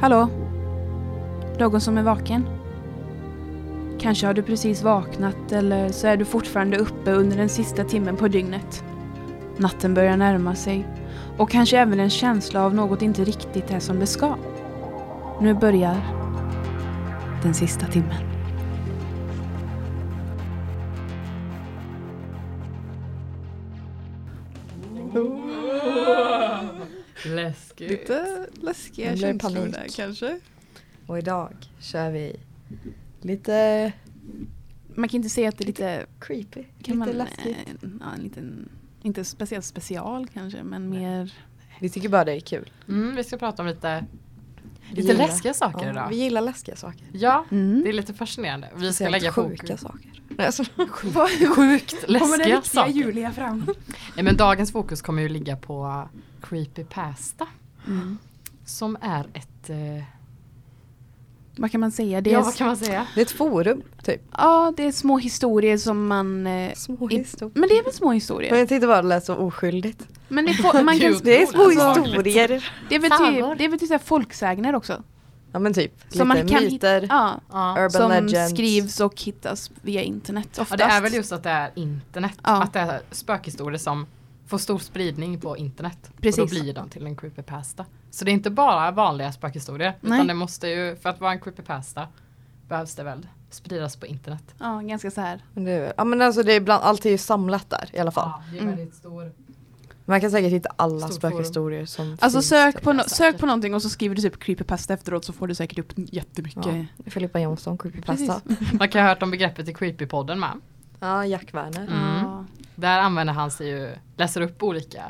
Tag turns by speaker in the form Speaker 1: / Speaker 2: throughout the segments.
Speaker 1: Hallå? Någon som är vaken? Kanske har du precis vaknat eller så är du fortfarande uppe under den sista timmen på dygnet. Natten börjar närma sig och kanske även en känsla av något inte riktigt är som det ska. Nu börjar den sista timmen.
Speaker 2: Läskigt.
Speaker 3: Lite läskiga
Speaker 4: Det blir
Speaker 3: känslor
Speaker 4: panik.
Speaker 3: där kanske.
Speaker 4: Och idag kör vi lite
Speaker 1: Man kan inte säga att det är lite...
Speaker 4: creepy,
Speaker 1: Kan
Speaker 4: lite
Speaker 1: man,
Speaker 4: läskigt.
Speaker 1: eh, ja, en liten, inte speciellt special kanske, men mer...
Speaker 4: Vi tycker bara det är kul.
Speaker 2: Mm, vi ska prata om lite,
Speaker 4: Vi
Speaker 2: lite
Speaker 4: gillar-
Speaker 2: läskiga saker
Speaker 4: ja,
Speaker 2: idag.
Speaker 4: Vi gillar läskiga saker.
Speaker 2: Ja,
Speaker 1: Mm.
Speaker 2: det är lite fascinerande. Vi ska
Speaker 4: Speciellt
Speaker 2: lägga
Speaker 4: sjuka
Speaker 2: fokus.
Speaker 4: saker. Nej, Alltså,
Speaker 2: Sjukt läskiga saker.
Speaker 1: Julia fram?
Speaker 2: Nej, men dagens fokus kommer ju ligga på creepypasta.
Speaker 1: Mm.
Speaker 2: Som är ett, eh,
Speaker 1: Vad kan man säga? Det är,
Speaker 2: ja vad kan man säga?
Speaker 4: det är ett forum, typ.
Speaker 1: ja, det är små historier som man... eh,
Speaker 4: Små
Speaker 1: i-
Speaker 4: historier.
Speaker 1: Men det är väl små
Speaker 4: Men
Speaker 1: historier?
Speaker 4: jag tyckte bara det lät så oskyldigt.
Speaker 1: Men det, får, man kan,
Speaker 2: Gud.
Speaker 4: Det är små
Speaker 2: Alltså-
Speaker 4: historier.
Speaker 1: det är väl typ,
Speaker 2: Sagor.
Speaker 1: det är väl typ så här folksägner också?
Speaker 4: Ja men typ, lite
Speaker 1: Som man kan hitta-
Speaker 4: myter,
Speaker 1: Ja,
Speaker 2: Ja.
Speaker 4: urban
Speaker 1: som
Speaker 4: legends.
Speaker 1: skrivs och hittas via internet
Speaker 2: ja
Speaker 1: oftast.
Speaker 2: det är väl just att det är internet.
Speaker 1: Ja.
Speaker 2: Att det är spökhistorier som får stor spridning på internet. Och då
Speaker 1: Precis.
Speaker 2: blir de till en creepypasta. Så det är inte bara vanliga spökhistorier.
Speaker 1: Nej.
Speaker 2: Utan det måste ju, för att vara en creepypasta behövs det väl spridas på internet.
Speaker 1: Ja, ganska så här.
Speaker 4: Men det är- Ja men alltså det är bland, allt är ju samlat där i alla fall.
Speaker 2: Ja, det är
Speaker 1: Mm.
Speaker 2: väldigt stor.
Speaker 4: Man kan säkert hitta alla
Speaker 2: Stort
Speaker 4: spökhistorier som
Speaker 1: Alltså
Speaker 4: finns.
Speaker 1: sök på,
Speaker 2: det
Speaker 1: no-
Speaker 2: där
Speaker 1: sök
Speaker 2: säkert.
Speaker 1: på någonting och så skriver du typ creepypasta efteråt så får du säkert upp jättemycket.
Speaker 4: Ja. Filippa Jonsson, creepypasta.
Speaker 2: Man kan ha hört om begreppet i creepypodden med.
Speaker 4: Ja, Jack Werner.
Speaker 2: Mm.
Speaker 1: Ja.
Speaker 2: Där använder han sig ju, läser upp olika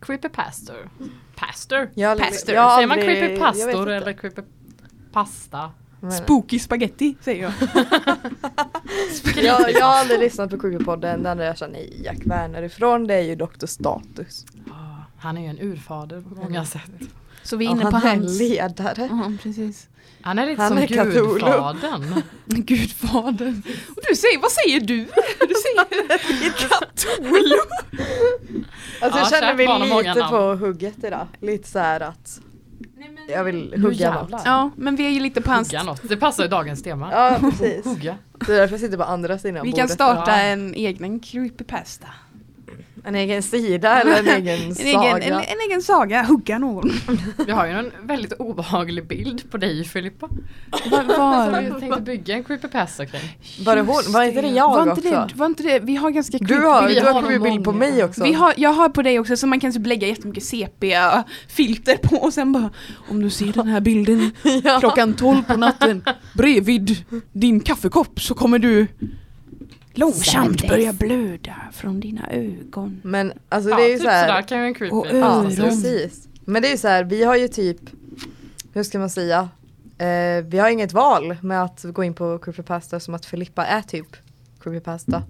Speaker 2: creepypastor. Pastor?
Speaker 4: Jag,
Speaker 1: Pastor.
Speaker 4: har
Speaker 2: Säger man
Speaker 4: aldrig- jag vet
Speaker 2: creepypastor
Speaker 4: inte.
Speaker 2: eller creepypasta?
Speaker 4: Men-
Speaker 1: Spooky spaghetti säger jag.
Speaker 4: Jag, jag har aldrig lyssnat på creepypodden, den enda jag känner Jack Werner ifrån det är ju Dr. Status.
Speaker 2: Ah, han är ju en urfader på många sätt.
Speaker 1: Så vi är
Speaker 4: Ja,
Speaker 1: inne på
Speaker 4: han är
Speaker 1: hans...
Speaker 4: ledare.
Speaker 1: Ja, precis.
Speaker 2: Han är lite
Speaker 4: Han
Speaker 2: som
Speaker 4: är Cthulhu.
Speaker 2: gudfadern.
Speaker 1: Gudfadern. Och du säger, vad säger du? Du säger Cthulhu.
Speaker 2: Ja,
Speaker 4: Alltså jag känner
Speaker 2: kärt barn har
Speaker 4: mig
Speaker 2: många
Speaker 4: lite
Speaker 2: namn.
Speaker 4: på hugget idag. Lite så här att jag vill hugga något.
Speaker 1: Ja, men vi är ju lite på hans...
Speaker 2: Hugga något. Det passar ju dagens tema.
Speaker 4: Ja precis.
Speaker 2: Hugga.
Speaker 4: Det är därför jag sitter på andra sidan
Speaker 1: Vi kan
Speaker 4: bordet.
Speaker 1: starta
Speaker 2: Ja.
Speaker 1: en egen creepypasta.
Speaker 4: En egen sida eller en egen
Speaker 1: En egen,
Speaker 4: saga.
Speaker 1: en, en egen saga, hugga någon.
Speaker 2: Vi har ju en väldigt obehaglig bild på dig Filippa.
Speaker 1: Var,
Speaker 2: Som vi tänkte bygga en creepypasta kring.
Speaker 4: Var det hon? Var inte det jag
Speaker 1: var inte
Speaker 4: också?
Speaker 1: Det, var inte det, vi har ganska
Speaker 4: Du har,
Speaker 2: Vi
Speaker 4: du har
Speaker 2: har
Speaker 4: kommit bild på
Speaker 2: många.
Speaker 4: mig också.
Speaker 1: Vi har, jag har på dig också så man kan typ lägga jättemycket sepia-filter på och sen bara Om du ser den här bilden
Speaker 4: Ja.
Speaker 1: klockan 12 på natten bredvid din kaffekopp så kommer du långsamt börja blöda från dina ögon.
Speaker 4: Men alltså
Speaker 2: Ja,
Speaker 4: det är ju
Speaker 2: typ
Speaker 4: så här.
Speaker 2: sådär kan ju en
Speaker 1: Och
Speaker 4: Ja,
Speaker 2: creepypasta se ut.
Speaker 1: öron.
Speaker 4: precis. Men det är ju så här, vi har ju typ, hur ska man säga? Eh, vi har inget val med att gå in på creepypasta som att Filippa är typ creepypasta.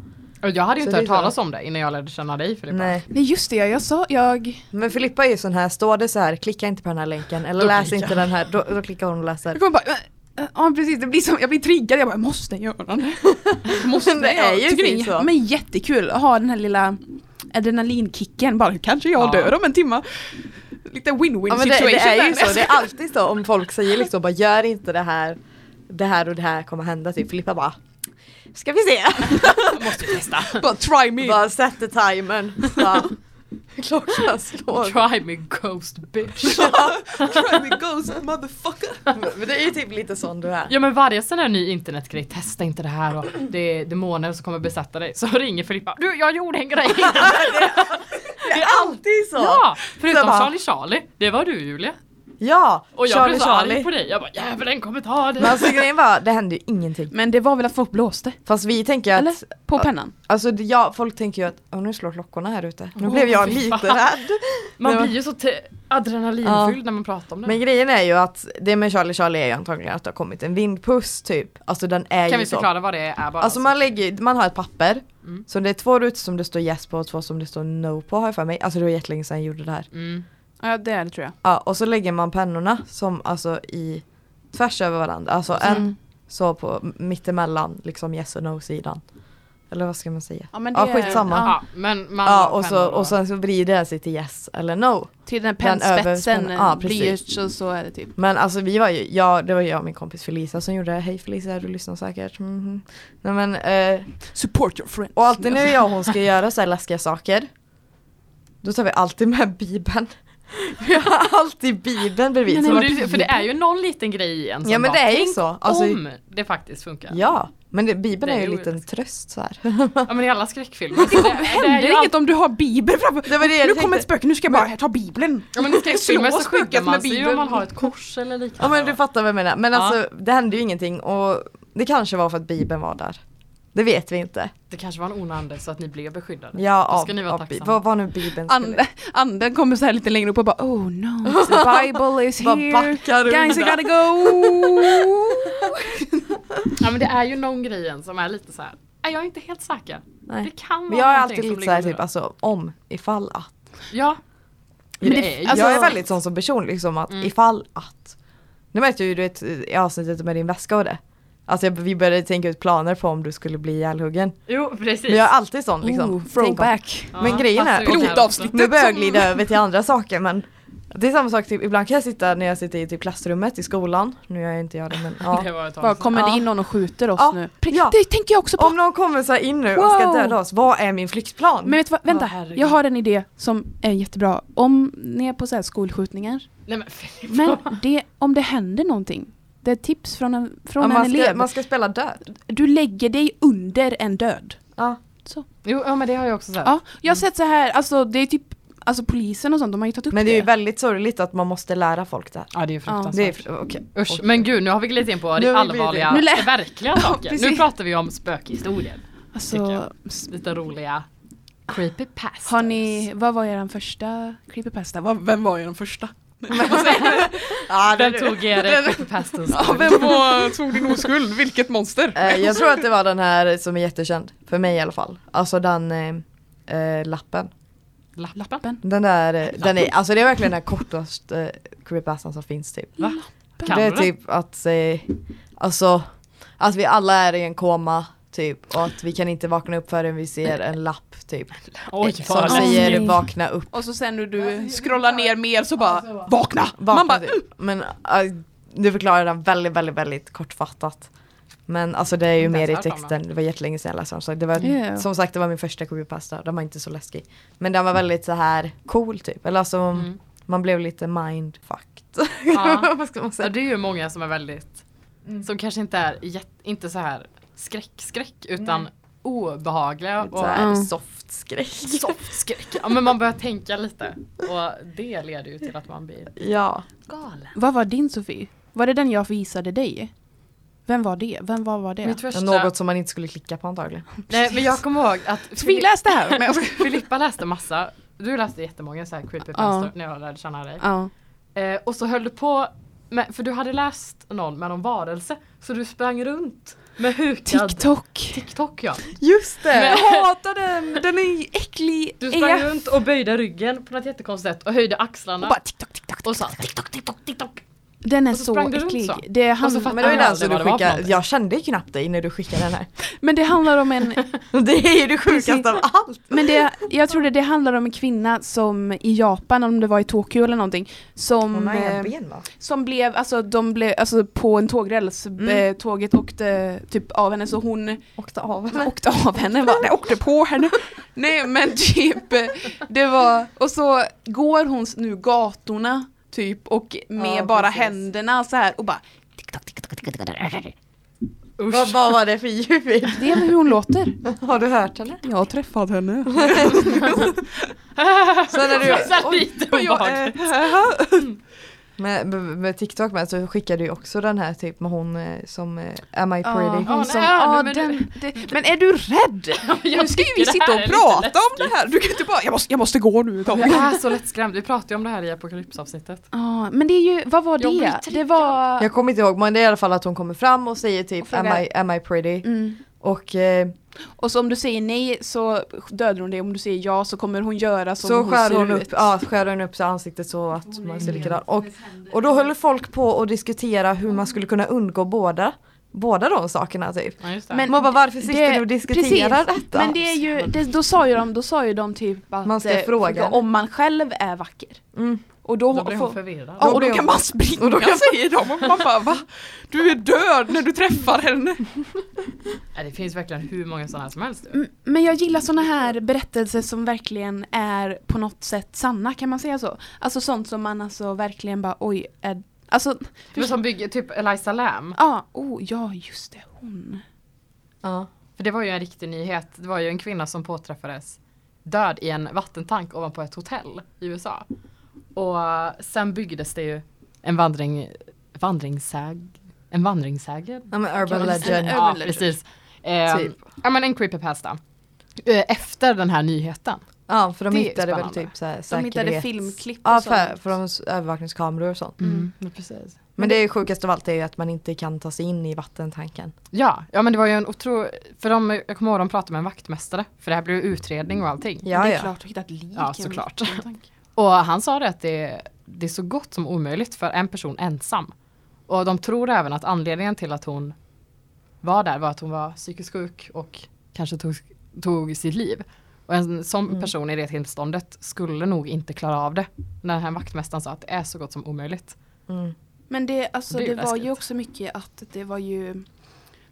Speaker 2: Och Jag hade ju inte
Speaker 4: Så det
Speaker 2: hört
Speaker 4: är så.
Speaker 2: talas om det innan jag lärde känna dig Filippa.
Speaker 4: Nej.
Speaker 1: Nej just det, jag sa, jag...
Speaker 4: Men Filippa är ju sån här, står det så här, klicka inte på den här länken eller
Speaker 2: Då
Speaker 4: läs
Speaker 2: klickar
Speaker 4: inte den här, då, då klickar hon och läser.
Speaker 1: Jag kommer bara, "Äh, äh, ja precis, det blir som, jag blir triggad, jag bara måste göra det. Måste
Speaker 4: Men det
Speaker 1: jag
Speaker 4: är ju
Speaker 1: tycker det
Speaker 4: precis
Speaker 1: jä-
Speaker 4: så.
Speaker 1: Men jättekul att ha den här lilla adrenalinkicken, bara kanske jag
Speaker 2: Ja.
Speaker 1: dör om en timme. Lite win-win
Speaker 4: Ja men det,
Speaker 1: situation.
Speaker 4: det är ju
Speaker 1: där.
Speaker 4: så, det är alltid så om folk säger liksom bara gör inte det här, det här och det här kommer hända typ. Filippa bara, ska vi se?
Speaker 2: Jag måste ju testa.
Speaker 1: Bara try me!
Speaker 4: Bara sätter timern. Bara, Klockan slår.
Speaker 2: Try me ghost bitch.
Speaker 1: try me ghost motherfucker!
Speaker 4: Men det är ju typ lite sån du är.
Speaker 2: Ja men varje sån här ny internetgrej, testa inte det här och det är demoner som kommer besätta dig. Så ringer Filippa, du jag gjorde en grej!
Speaker 4: Det är alltid så!
Speaker 2: ja! Förutom
Speaker 4: Så bara-
Speaker 2: Charlie Charlie, det var du Julia.
Speaker 4: Ja,
Speaker 2: Och jag
Speaker 4: Charlie
Speaker 2: blev så
Speaker 4: Charlie.
Speaker 2: arg på dig, jag bara djävulen kommer ta
Speaker 4: Men
Speaker 2: dig.
Speaker 4: alltså grejen var, det hände ju ingenting.
Speaker 1: Men det var väl att folk blåste?
Speaker 4: Fast vi tänker
Speaker 1: Eller?
Speaker 4: att,
Speaker 1: På pennan?
Speaker 4: alltså det- ja, folk tänker ju att "Åh, nu slår klockorna här ute. Nu
Speaker 2: Åh,
Speaker 4: blev jag
Speaker 2: fy
Speaker 4: lite
Speaker 2: fan.
Speaker 4: rädd.
Speaker 2: Man
Speaker 4: det var-
Speaker 2: blir ju så te- adrenalinfylld när man pratar om det.
Speaker 4: Men grejen är ju att det med Charlie Charlie är ju antagligen att det har kommit en vindpuss typ. Alltså den är
Speaker 2: kan
Speaker 4: ju
Speaker 2: vi
Speaker 4: så.
Speaker 2: förklara vad det är bara?
Speaker 4: Alltså man lägger, man har ett papper.
Speaker 2: Mm.
Speaker 4: Så det är två rutor som det står yes på och två som det står no på har jag för mig. Alltså det var jättelänge sedan jag gjorde det här.
Speaker 2: mm.
Speaker 1: Ja det är det tror jag.
Speaker 4: Ja, och så lägger man pennorna som alltså i tvärs över varandra. Alltså en
Speaker 1: Mm.
Speaker 4: Så på mittemellan, liksom yes och no sidan. Eller vad ska man säga?
Speaker 1: Ja, men
Speaker 4: Ja, skitsamma.
Speaker 1: ja,
Speaker 2: Ja, men man
Speaker 4: Ja och, så,
Speaker 2: pennor då.
Speaker 4: och sen så vrider det sig till yes eller no.
Speaker 1: till den här
Speaker 4: Den
Speaker 1: pennspetsen,
Speaker 4: överspänna- ja, precis.
Speaker 1: blyerts och så är det typ.
Speaker 4: Men alltså vi var ju, ja det var jag och min kompis Felicia som gjorde det. Hej Felicia du lyssnar säkert. Mhm. Nej men eh,
Speaker 1: Support your friends.
Speaker 4: Och alltid när jag och hon ska göra så här läskiga saker Då tar vi alltid med bibeln Vi har alltid bibeln bredvid
Speaker 2: Men
Speaker 4: som
Speaker 2: det,
Speaker 4: att-
Speaker 2: är- för det är ju någon liten grej i en som
Speaker 4: Ja men
Speaker 2: bara,
Speaker 4: det är ju
Speaker 2: tänk
Speaker 4: så alltså,
Speaker 2: om det faktiskt funkar. Ja,
Speaker 4: Ja men det, bibeln
Speaker 2: Det
Speaker 4: är
Speaker 2: är
Speaker 4: ju en
Speaker 2: ju-
Speaker 4: liten tröst så här.
Speaker 2: men i alla skräckfilmer. så Det,
Speaker 1: Det är ju inget om du har bibeln framför
Speaker 4: Det var det jag
Speaker 1: Nu
Speaker 4: tänkte.
Speaker 1: kommer ett spöke, nu ska jag bara här, ta bibeln.
Speaker 2: Ja men i skräckfilmer
Speaker 1: Slå
Speaker 2: så skyddar
Speaker 1: spöket med
Speaker 2: man sig ju
Speaker 1: bibeln.
Speaker 2: om man har ett kors eller
Speaker 4: Ja
Speaker 2: liknande.
Speaker 4: men du fattar vad jag menar. Men
Speaker 2: Ja.
Speaker 4: alltså det hände ju ingenting och det kanske var för att bibeln var där. Det vet vi inte.
Speaker 2: Det kanske var en ond ande så att ni blev beskyddade.
Speaker 4: Ja,
Speaker 2: Då
Speaker 4: av,
Speaker 2: ska ni vara
Speaker 4: av,
Speaker 2: tacksamma.
Speaker 4: vad var nu bibeln
Speaker 1: Ande, anden kommer så här lite längre upp och bara oh no, the bible is
Speaker 4: Bara
Speaker 1: here.
Speaker 4: backar
Speaker 1: Guys I
Speaker 4: undan.
Speaker 1: gotta go.
Speaker 2: Ja men det är ju någon grej i en som är lite så här. "Nej, Jag är inte helt säker. Det
Speaker 4: Nej.
Speaker 2: kan vara
Speaker 4: Men jag är
Speaker 2: någonting
Speaker 4: alltid
Speaker 2: som
Speaker 4: lite såhär
Speaker 2: ligger
Speaker 4: typ alltså om, ifall att.
Speaker 2: under. Ja. Men
Speaker 1: det-
Speaker 2: det är ju
Speaker 1: alltså-
Speaker 4: jag är väldigt sån som person liksom att
Speaker 2: Mm.
Speaker 4: ifall att Nu vet jag ju du vet i avsnittet med din väska och det Alltså jag, vi började tänka ut planer på om du skulle bli ihjälhuggen
Speaker 2: Jo precis.
Speaker 4: Men jag är alltid sån liksom
Speaker 1: Oh,
Speaker 4: Tänk om-
Speaker 1: throwback.
Speaker 2: Ja,
Speaker 4: men grejen
Speaker 2: passar
Speaker 4: är-
Speaker 2: ju in här
Speaker 1: Pilotavsnitt.
Speaker 2: också.
Speaker 4: Nu börjar jag
Speaker 1: som-
Speaker 4: glida över till andra saker men Det är samma sak, typ, ibland kan jag sitta när jag sitter i typ klassrummet i skolan Nu gör jag inte jag det men ja
Speaker 2: Det var ett tag
Speaker 1: Bara
Speaker 2: sedan.
Speaker 1: kommer det
Speaker 4: Ja.
Speaker 1: in någon och skjuter oss
Speaker 4: Ja,
Speaker 1: nu?
Speaker 4: ja.
Speaker 1: Det tänker jag också på.
Speaker 4: Om någon kommer så här in nu och ska
Speaker 1: Wow.
Speaker 4: döda oss, vad är min flyktplan?
Speaker 1: Men vet du vad,
Speaker 2: Ja,
Speaker 1: vänta,
Speaker 2: herregud.
Speaker 1: jag har en idé som är jättebra. Om ni är på så här skolskjutningar,
Speaker 2: Nej men Filip.
Speaker 1: men det, om det händer någonting, det är ett tips från en, från
Speaker 4: ja,
Speaker 1: en
Speaker 4: man, ska,
Speaker 1: elev,
Speaker 4: man ska spela död
Speaker 1: du lägger dig under en död.
Speaker 4: ja.
Speaker 2: Jo ja, men det har jag också sagt.
Speaker 1: Ja, jag har sett så här, alltså det är typ, alltså polisen och sånt, de har ju tagit upp
Speaker 4: Men det är ju väldigt sorgligt att man måste lära folk det här
Speaker 2: Ja det är fruktansvärt.
Speaker 4: Det är, okay.
Speaker 2: Usch, men gud nu har vi glidit in på
Speaker 4: Nu
Speaker 2: det
Speaker 4: har vi glidit
Speaker 2: allvarliga,
Speaker 1: in. Nu lä-
Speaker 2: verkliga
Speaker 1: Ja,
Speaker 2: saker. nu
Speaker 1: precis.
Speaker 2: pratar vi om spökhistorier. tycker
Speaker 1: alltså,
Speaker 2: jag. Lite roliga creepypastas.
Speaker 1: har ni, vad var er första creepypasta? Vad- Vem var er första?
Speaker 4: Ja, det
Speaker 2: Vem
Speaker 4: är du.
Speaker 2: tog er creepypastas?
Speaker 1: vem var, tog din oskuld? Vilket monster?
Speaker 4: Eh, jag tror att det var den här som är jättekänd, för mig i alla fall. Alltså den eh, eh, lappen.
Speaker 2: Lappen?
Speaker 4: Den där, eh, den är, alltså det är verkligen den här kortaste eh, creepypastan som finns typ.
Speaker 2: Va? Kan
Speaker 4: det är
Speaker 2: du
Speaker 4: typ att, eh, alltså, att vi alla är i en koma typ och att vi kan inte vakna upp förrän vi ser en lapp typ.
Speaker 2: Oj,
Speaker 4: som
Speaker 2: vad
Speaker 1: läskigt.
Speaker 4: säger
Speaker 1: Nej.
Speaker 4: vakna upp.
Speaker 1: Och så sen när
Speaker 2: Alltså,
Speaker 1: du
Speaker 2: jag-
Speaker 1: scrollar ner mer så bara
Speaker 2: Alltså.
Speaker 1: vakna!
Speaker 4: Vakna
Speaker 1: Man bara
Speaker 4: typ. Men eh, du förklarar den väldigt, väldigt, väldigt kortfattat. Men alltså det är ju
Speaker 2: Inte
Speaker 4: mer i
Speaker 2: ens hört om den.
Speaker 4: texten, det var jättelänge sedan jag läste den. Så det var,
Speaker 1: Ja.
Speaker 4: Som sagt det var min första kopiopasta, den var inte så läskig. Men den var väldigt så här cool typ, eller alltså
Speaker 2: Mm.
Speaker 4: man blev lite mindfucked.
Speaker 2: Ja.
Speaker 4: Vad ska man
Speaker 2: Ja,
Speaker 4: säga?
Speaker 2: det är ju många som är väldigt, som kanske inte är jätt, inte så här skräck-skräck utan obehagliga
Speaker 4: Lite
Speaker 2: och
Speaker 4: så här
Speaker 1: Mm.
Speaker 4: soft skräck.
Speaker 2: soft-skräck. Ja, men man börjar tänka lite och det leder ju till att man blir
Speaker 4: Ja.
Speaker 2: galen.
Speaker 1: Vad var din Sofie? Var det den jag visade dig? Vem var det? Vem var, var det?
Speaker 2: Mitt första,
Speaker 4: Något som man inte skulle klicka på antagligen.
Speaker 2: nej men jag kommer ihåg att
Speaker 1: Sofie läs det här! Nej, jag skojar.
Speaker 2: Filippa läste massa, du läste jättemånga så här creepypastor när jag lärde känna dig.
Speaker 1: ja.
Speaker 2: Eh, och så höll du på, med, för du hade läst någon med någon varelse, så du sprang runt med hukad
Speaker 1: TikTok!
Speaker 2: TikTok ja.
Speaker 4: Just det!
Speaker 2: Men-
Speaker 1: hatar den! Den är ju äcklig!
Speaker 2: Du sprang
Speaker 1: AF.
Speaker 2: runt och böjde ryggen på något jättekonstigt sätt och höjde
Speaker 1: och
Speaker 2: axlarna
Speaker 1: bara TikTok, TikTok.
Speaker 2: och sa TikTok, TikTok, TikTok.
Speaker 1: Den är
Speaker 2: Och så
Speaker 1: så
Speaker 2: sprang du runt
Speaker 1: äcklig.
Speaker 2: så.
Speaker 1: Det hand-
Speaker 2: Och så fatt-
Speaker 4: men det var ju
Speaker 2: Jag
Speaker 4: den
Speaker 2: vet
Speaker 4: som
Speaker 2: aldrig vad
Speaker 4: du
Speaker 2: det var för
Speaker 4: skickade,
Speaker 2: någonting.
Speaker 4: jag kände ju knappt dig när du skickade den här.
Speaker 1: men det handlar om en,
Speaker 4: Det är ju det sjukaste av allt!
Speaker 1: men det, jag tror det, det handlar om en kvinna som i Japan, om det var i Tokyo eller någonting, som...
Speaker 4: Hon har inga
Speaker 1: eh,
Speaker 4: ben va?
Speaker 1: Som blev, alltså de blev, alltså på en tågräls, eh, tåget åkte typ av henne så hon
Speaker 4: Åkte av
Speaker 1: Man åkte av henne, bara, nej, åkte på henne. Nej men typ, eh, det var, och så går hon s- nu gatorna typ och med
Speaker 4: Ja,
Speaker 1: bara
Speaker 4: precis.
Speaker 1: händerna så här och bara,
Speaker 4: Vad, vad var det för ljud?
Speaker 1: det är väl hur hon låter.
Speaker 4: Har du hört henne?
Speaker 1: Jag träffade henne.
Speaker 4: Sen när
Speaker 2: Det var
Speaker 4: du,
Speaker 2: så här lite
Speaker 1: eh,
Speaker 2: obehagligt.
Speaker 4: med, med, med TikTok med så skickade du ju också den här typ med hon eh, som eh, Am I pretty?
Speaker 2: Åh,
Speaker 1: hon som,
Speaker 2: nej,
Speaker 1: ja,
Speaker 2: men
Speaker 1: den,
Speaker 2: du-
Speaker 1: det, men är du rädd?
Speaker 2: Jag
Speaker 1: Nu ska ju vi
Speaker 2: tycker det
Speaker 1: sitta
Speaker 2: här
Speaker 1: och
Speaker 2: är lite
Speaker 1: prata
Speaker 2: läskigt.
Speaker 1: om det här, du kan inte bara, jag måste, jag måste gå nu.
Speaker 2: Jag är så lättskrämd, vi pratade ju om det här i apokalypsavsnittet.
Speaker 1: Ja, men det är ju, vad var
Speaker 2: Jag blir
Speaker 1: det? Det
Speaker 2: triggad.
Speaker 1: var...
Speaker 4: Jag kommer inte ihåg men det är i alla fall att hon kommer fram och säger typ
Speaker 1: Och
Speaker 4: am,
Speaker 1: frågar-
Speaker 4: I, am I pretty?
Speaker 1: Mm.
Speaker 4: Och eh,
Speaker 1: Och så om du säger nej så dödar hon dig, om du säger ja så kommer hon göra som
Speaker 4: så
Speaker 1: hon
Speaker 4: skär
Speaker 1: ser
Speaker 4: hon, upp,
Speaker 1: ut.
Speaker 4: ja, skär hon upp så ansiktet så att man ser likadan. Och, och då höll folk på att diskutera hur man skulle kunna undgå båda. båda de sakerna typ.
Speaker 2: Ja, just det.
Speaker 1: Men-
Speaker 4: Man bara varför sitter du och diskuterar
Speaker 1: precis.
Speaker 4: detta?
Speaker 1: Men det är ju, det, då, sa ju de, då sa ju de typ att
Speaker 4: Man ska
Speaker 1: eh,
Speaker 4: fråga.
Speaker 1: om man själv är vacker.
Speaker 4: Mm.
Speaker 1: Och då,
Speaker 2: då blir hon
Speaker 1: får-
Speaker 2: förvirrad.
Speaker 1: Ja, och
Speaker 4: blir
Speaker 1: då
Speaker 4: hon-
Speaker 1: kan man springa
Speaker 4: och då kan-
Speaker 1: säger de och man bara va? Du är död när du träffar henne.
Speaker 2: Nej, det finns verkligen hur många sådana här som helst.
Speaker 1: Mm, Men jag gillar såna här berättelser som verkligen är på något sätt sanna, kan man säga så? Alltså sånt som man alltså verkligen bara oj, är, alltså
Speaker 2: Men som bygger typ Eliza Lam.
Speaker 1: ja, oh ja just det hon.
Speaker 4: Ja.
Speaker 2: För det var ju en riktig nyhet. Det var ju en kvinna som påträffades död i en vattentank ovanpå ett hotell i USA. Och sen byggdes det ju en vandring, vandringssäg, en vandringssägen.
Speaker 4: ja men
Speaker 1: Kan
Speaker 4: urban
Speaker 1: man säga-
Speaker 4: legend.
Speaker 2: Ja,
Speaker 1: Urban legend.
Speaker 2: precis. Eh,
Speaker 4: Typ.
Speaker 2: Ja men en creepypasta. Eh, Efter den här nyheten.
Speaker 4: Ja för de
Speaker 2: Det är
Speaker 4: hittade väl
Speaker 2: spännande.
Speaker 4: typ så här
Speaker 1: De hittade
Speaker 4: säkerhets-
Speaker 1: filmklipp och
Speaker 4: Ja för,
Speaker 1: sånt.
Speaker 4: för de övervakningskameror och sånt.
Speaker 1: Mm.
Speaker 2: precis.
Speaker 4: Men det sjukaste av allt är ju att man inte kan ta sig in i vattentanken.
Speaker 2: Ja, ja men det var ju en otro... För de, jag kommer ihåg de pratade med en vaktmästare. För det här blev ju utredning och allting.
Speaker 4: Ja,
Speaker 1: det är
Speaker 4: ja.
Speaker 1: klart att hitta ett lik.
Speaker 2: Ja,
Speaker 1: i en
Speaker 2: såklart.
Speaker 1: vattentank.
Speaker 2: Och han sa det att det, det är så gott som omöjligt för en person ensam. Och de tror även att anledningen till att hon var där var att hon var psykiskt sjuk och kanske tog, tog sitt liv. Och en sån
Speaker 4: Mm.
Speaker 2: person i det tillståndet skulle nog inte klara av det. När den här vaktmästaren sa att det är så gott som omöjligt.
Speaker 4: Mm.
Speaker 1: Men det, alltså,
Speaker 2: Det är
Speaker 1: det,
Speaker 2: ju
Speaker 1: var ju
Speaker 2: läskigt.
Speaker 1: också mycket att det var ju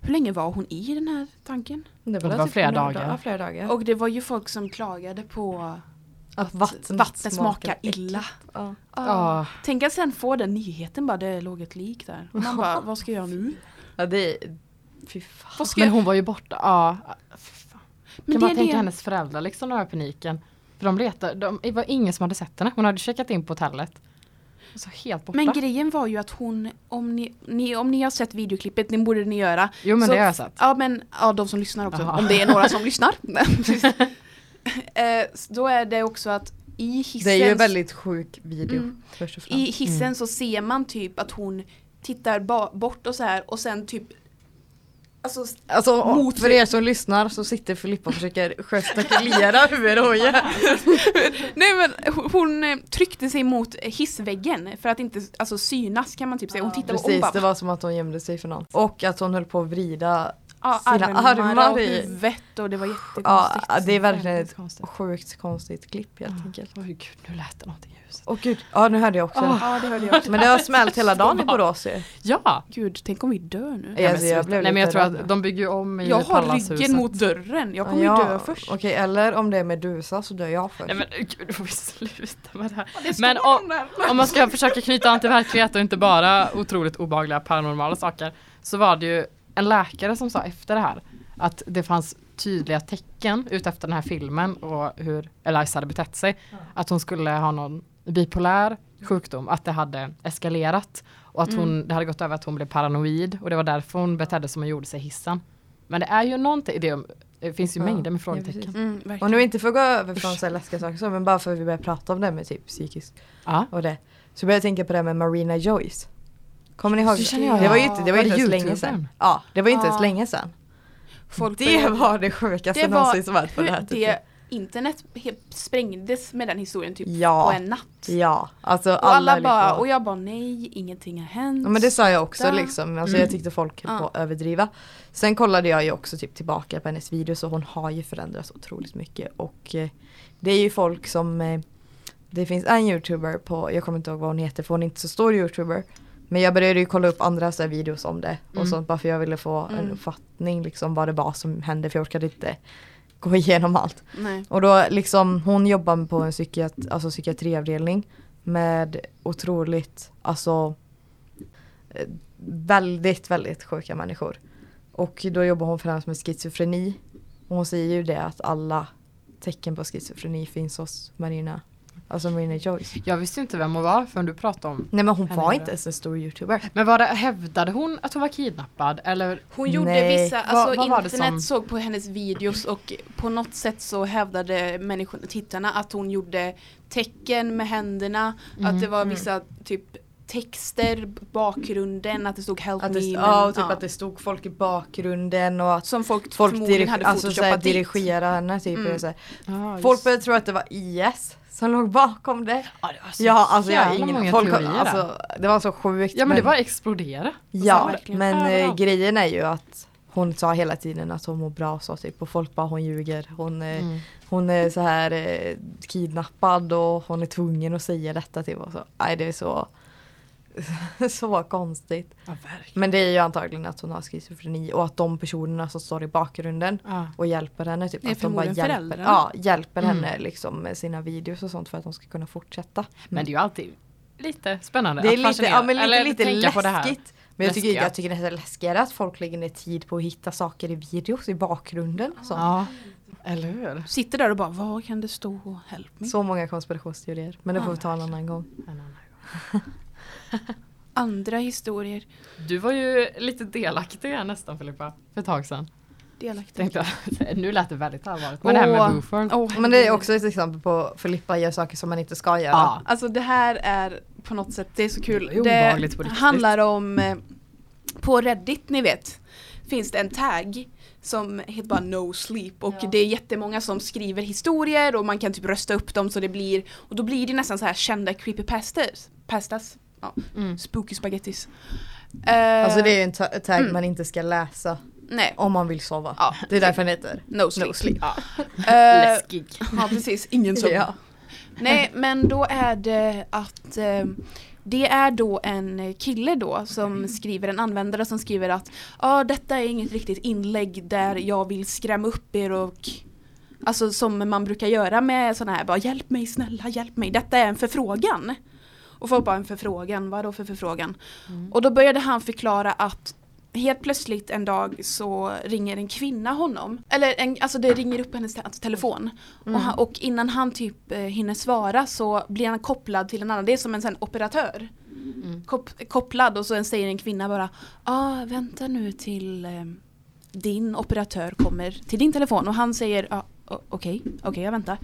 Speaker 1: Hur länge var hon i den här tanken?
Speaker 2: Det var flera
Speaker 4: typ några
Speaker 2: dagar.
Speaker 4: Ja, flera dagar.
Speaker 1: Och det var ju folk som klagade på
Speaker 4: att
Speaker 1: vattnet smakar illa.
Speaker 4: Ja.
Speaker 1: Ah.
Speaker 2: Ja,
Speaker 1: Tänk att sen få den nyheten bara, det låg ett lik där. Man bara, vad ska jag göra nu?
Speaker 4: Ja det är, fy fan.
Speaker 1: Vad ska
Speaker 2: men
Speaker 1: jag...
Speaker 2: hon var ju borta. Ja, fy fan.
Speaker 1: Men det
Speaker 2: kan man
Speaker 1: är
Speaker 2: tänka
Speaker 1: det-
Speaker 2: hennes föräldrar liksom den här paniken. För de letade, de, det var ingen som hade sett henne. Hon hade checkat in på hotellet. Så helt borta.
Speaker 1: Men grejen var ju att hon, om ni, ni, om ni har sett videoklippet, ni borde ni göra.
Speaker 2: jo men
Speaker 1: så-
Speaker 2: det har jag sett.
Speaker 1: Ja men, ja de som lyssnar också,
Speaker 2: Jaha.
Speaker 1: om det är några som lyssnar. Eh, Då är det också att i hissen,
Speaker 4: Det är ju en väldigt sjuk video.
Speaker 1: Mm.
Speaker 4: Först och
Speaker 1: i
Speaker 4: främst.
Speaker 1: hissen så ser man typ att hon tittar ba- bort och så här och sen typ Alltså
Speaker 4: Alltså och
Speaker 1: Mot-
Speaker 4: för er som lyssnar så sitter Filippa och försöker gestikulera hur hon gör.
Speaker 1: Nej men hon- hon eh, tryckte sig mot hissväggen för att inte alltså, synas kan man typ säga. Hon tittade och hon
Speaker 4: Precis,
Speaker 1: bara
Speaker 4: det var som att hon gömde sig för någon. Och att hon höll på att vrida.
Speaker 1: ja,
Speaker 4: sina
Speaker 1: "Ah, armar,
Speaker 4: armar
Speaker 1: och
Speaker 4: i-
Speaker 1: huvudet och det var jättekonstigt.
Speaker 4: Ja, det är verkligen ett
Speaker 2: konstigt.
Speaker 4: sjukt konstigt klipp helt enkelt.
Speaker 2: Oj gud, nu lät det någonting i huset.
Speaker 4: Åh gud, ja nu hörde jag också.
Speaker 1: Ja, det hörde jag också.
Speaker 4: Men det har smällt hela dagen i Borås ju.
Speaker 2: Ja!
Speaker 1: Gud, tänk om vi dör nu.
Speaker 4: Ja, alltså, jag
Speaker 2: sluta.
Speaker 4: blev
Speaker 2: Nej men jag
Speaker 4: lite
Speaker 2: tror
Speaker 4: rädd nu.
Speaker 2: att de bygger ju om i
Speaker 1: Jag har
Speaker 2: Pallanshuset.
Speaker 1: ryggen mot dörren, jag kommer ju dö först.
Speaker 4: Okej, eller om det är Medusa så dör jag först.
Speaker 2: Nej men gud, nu får vi sluta med det här.
Speaker 1: Det står
Speaker 2: Men om,
Speaker 1: någon där.
Speaker 2: om man ska försöka knyta an till verklighet och inte bara otroligt obehagliga paranormala saker så var det ju en läkare som sa efter det här att det fanns tydliga tecken utefter den här filmen och hur Eliza hade betett sig att hon skulle ha någon bipolär sjukdom, att det hade eskalerat och att hon,
Speaker 4: Mm.
Speaker 2: det hade gått över att hon blev paranoid och det var därför hon betedde sig som hon gjorde sig i hissen. Men det är ju någonting, det, det finns ju
Speaker 4: Ja,
Speaker 2: mängder med
Speaker 4: ja, precis.
Speaker 2: frågetecken.
Speaker 1: Mm,
Speaker 4: Och nu
Speaker 1: verkligen.
Speaker 4: inte för att gå över från så här läskiga saker så, men bara för att vi börjar prata om det med typ psykisk
Speaker 2: Ja.
Speaker 4: och det. Så började jag tänka på det här med Marina Joyce. Kommer ni ihåg?
Speaker 2: Det känner jag
Speaker 4: det var ju
Speaker 1: igen.
Speaker 4: inte, det var
Speaker 2: Var
Speaker 4: inte
Speaker 2: det
Speaker 4: ens länge
Speaker 2: YouTubern?
Speaker 4: sedan. Ja, det var ju inte
Speaker 1: Ja.
Speaker 4: ens länge sedan.
Speaker 1: Folk
Speaker 4: Det
Speaker 1: började-
Speaker 4: var det sjukaste
Speaker 1: det
Speaker 4: någonsin som varit på
Speaker 1: hur
Speaker 4: det här typ-
Speaker 1: det internet helt sprängdes med den historien typ
Speaker 4: Ja.
Speaker 1: på en natt.
Speaker 4: Ja, alltså
Speaker 1: Och alla
Speaker 4: höll
Speaker 1: bara,
Speaker 4: på.
Speaker 1: och jag bara nej, ingenting har hänt.
Speaker 4: Ja, men det sa jag också
Speaker 1: Där.
Speaker 4: liksom, alltså,
Speaker 2: Mm.
Speaker 4: jag tyckte folk höll på att överdriva. Sen kollade jag ju också typ tillbaka på hennes videos och hon har ju förändrats otroligt mycket och eh, det är ju folk som eh, det finns en youtuber på, jag kommer inte ihåg vad hon heter för hon är inte så stor youtuber men jag började ju kolla upp andra så här videos om det och
Speaker 2: Mm.
Speaker 4: sånt bara för jag ville få en
Speaker 1: Mm.
Speaker 4: uppfattning liksom vad det var som hände för jag orkade inte gå igenom allt.
Speaker 1: Nej.
Speaker 4: Och då liksom, hon jobbar på en psykiat, alltså psykiatriavdelning med otroligt, alltså eh, väldigt, väldigt sjuka människor. Och då jobbar hon främst med schizofreni. Och hon säger ju det att alla tecken på schizofreni finns hos Marina, alltså Marina Joyce.
Speaker 2: Jag visste ju inte vem hon var förrän du pratade om
Speaker 4: Nej men hon
Speaker 2: Henne
Speaker 4: var
Speaker 2: då?
Speaker 4: inte ens en stor youtuber.
Speaker 2: Men var det, hävdade hon att hon var kidnappad eller?
Speaker 1: Hon gjorde
Speaker 4: Nej.
Speaker 1: vissa,
Speaker 2: Vad-
Speaker 1: alltså
Speaker 2: vad var det
Speaker 1: internet
Speaker 2: som-
Speaker 1: såg på hennes videos och på något sätt så hävdade människorna, tittarna att hon gjorde tecken med händerna,
Speaker 4: Mm.
Speaker 1: att det var vissa typ texter, bakgrunden, att det stod help
Speaker 4: Att
Speaker 1: me.
Speaker 4: det,
Speaker 1: men-
Speaker 4: ja, och typ
Speaker 1: ja.
Speaker 4: att det stod folk i bakgrunden och att
Speaker 1: som folk,
Speaker 4: folk
Speaker 1: förmodligen
Speaker 4: dirige-
Speaker 1: hade
Speaker 4: alltså, så här,
Speaker 1: photoshopat dit.
Speaker 4: dirigerade henne typ.
Speaker 1: Mm.
Speaker 4: Och så här.
Speaker 2: Ja, just-
Speaker 4: Folk började tro att det var IS som låg bakom det.
Speaker 2: Ja, det var så
Speaker 4: Ja, alltså jag har
Speaker 2: jävla
Speaker 4: ingen
Speaker 2: många
Speaker 4: folk,
Speaker 2: teorier där.
Speaker 4: alltså, Det var så sjukt.
Speaker 2: Ja men det bara explodera.
Speaker 1: Så
Speaker 4: ja,
Speaker 1: verkligen.
Speaker 4: men eh,
Speaker 2: Överallt.
Speaker 4: grejen är ju att hon sa hela tiden att hon mår bra och så typ och folk bara hon ljuger. Hon, eh,
Speaker 2: Mm.
Speaker 4: hon är så här eh, kidnappad och hon är tvungen att säga detta till oss. Nej det är så, så konstigt.
Speaker 2: Ja verkligen.
Speaker 4: Men det är ju antagligen att hon har schizofreni och att de personerna som står i bakgrunden
Speaker 2: Ja.
Speaker 4: och hjälper henne. Typ,
Speaker 1: Det är
Speaker 4: att de bara
Speaker 1: förmodligen
Speaker 4: hjälper,
Speaker 1: föräldrarna.
Speaker 4: ja, hjälper
Speaker 2: Mm.
Speaker 4: henne liksom, med sina videos och sånt för att de ska kunna fortsätta.
Speaker 2: Men det är ju alltid lite spännande
Speaker 4: Det är
Speaker 2: att
Speaker 4: lite,
Speaker 2: fascinera-
Speaker 4: ja, men lite,
Speaker 2: eller
Speaker 4: lite
Speaker 2: tänka
Speaker 4: läskigt.
Speaker 2: på det här.
Speaker 4: Men jag tycker,
Speaker 2: Läskiga.
Speaker 4: jag tycker det är läskigare att folk lägger ner tid på att hitta saker i videos i bakgrunden. och sånt.
Speaker 2: Ja, eller hur?
Speaker 1: Sitter där och bara, vad kan det stå? Help me.
Speaker 4: Så många konspirationsteorier. Men det får vi ta en annan gång.
Speaker 1: Andra historier.
Speaker 2: Du var ju lite delaktig här nästan Filippa, för ett tag sedan.
Speaker 1: Delaktig.
Speaker 2: Tänkte jag. Nu lät det väldigt allvarligt. Men det här
Speaker 1: Åh.
Speaker 2: med buffern.
Speaker 1: Åh,
Speaker 4: Men det är också ett exempel på Filippa gör saker som man inte ska göra.
Speaker 2: Ja.
Speaker 1: Alltså det här är på något sätt, det är så kul.
Speaker 2: Det är obehagligt på riktigt.
Speaker 1: handlar om, eh, på Reddit ni vet, finns det en tagg som heter bara No Sleep och
Speaker 2: Ja.
Speaker 1: det är jättemånga som skriver historier och man kan typ rösta upp dem så det blir, och då blir det nästan så här kända creepypastas. Pastas? Ja,
Speaker 2: Mm.
Speaker 1: spooky spagettis.
Speaker 4: Alltså
Speaker 1: Eh,
Speaker 4: det är ju en ta- tag
Speaker 1: Mm.
Speaker 4: man inte ska läsa
Speaker 1: Nej,
Speaker 4: om man vill sova.
Speaker 1: ja.
Speaker 4: Det är därför den heter.
Speaker 1: No Sleep.
Speaker 4: No sleep.
Speaker 2: Ja.
Speaker 1: Eh,
Speaker 2: Läskig.
Speaker 1: Ja precis, ingen som.
Speaker 4: Ja.
Speaker 1: Nej men då är det att eh, det är då en kille då som skriver, en användare som skriver att ja detta är inget riktigt inlägg där jag vill skrämma upp er och Alltså som man brukar göra med sådana här bara hjälp mig snälla hjälp mig detta är en förfrågan. Och folk bara en förfrågan, vadå för förfrågan? Och då började han förklara att helt plötsligt en dag så ringer en kvinna honom. Eller en, alltså det ringer upp hennes te- telefon. Och, han, och innan han typ eh, hinner svara så blir han kopplad till en annan. Det är som en sån här operatör. Kop- kopplad och så säger en kvinna bara ah, vänta nu till eh, din operatör kommer till din telefon. Och han säger ah, o- okej, okej jag väntar.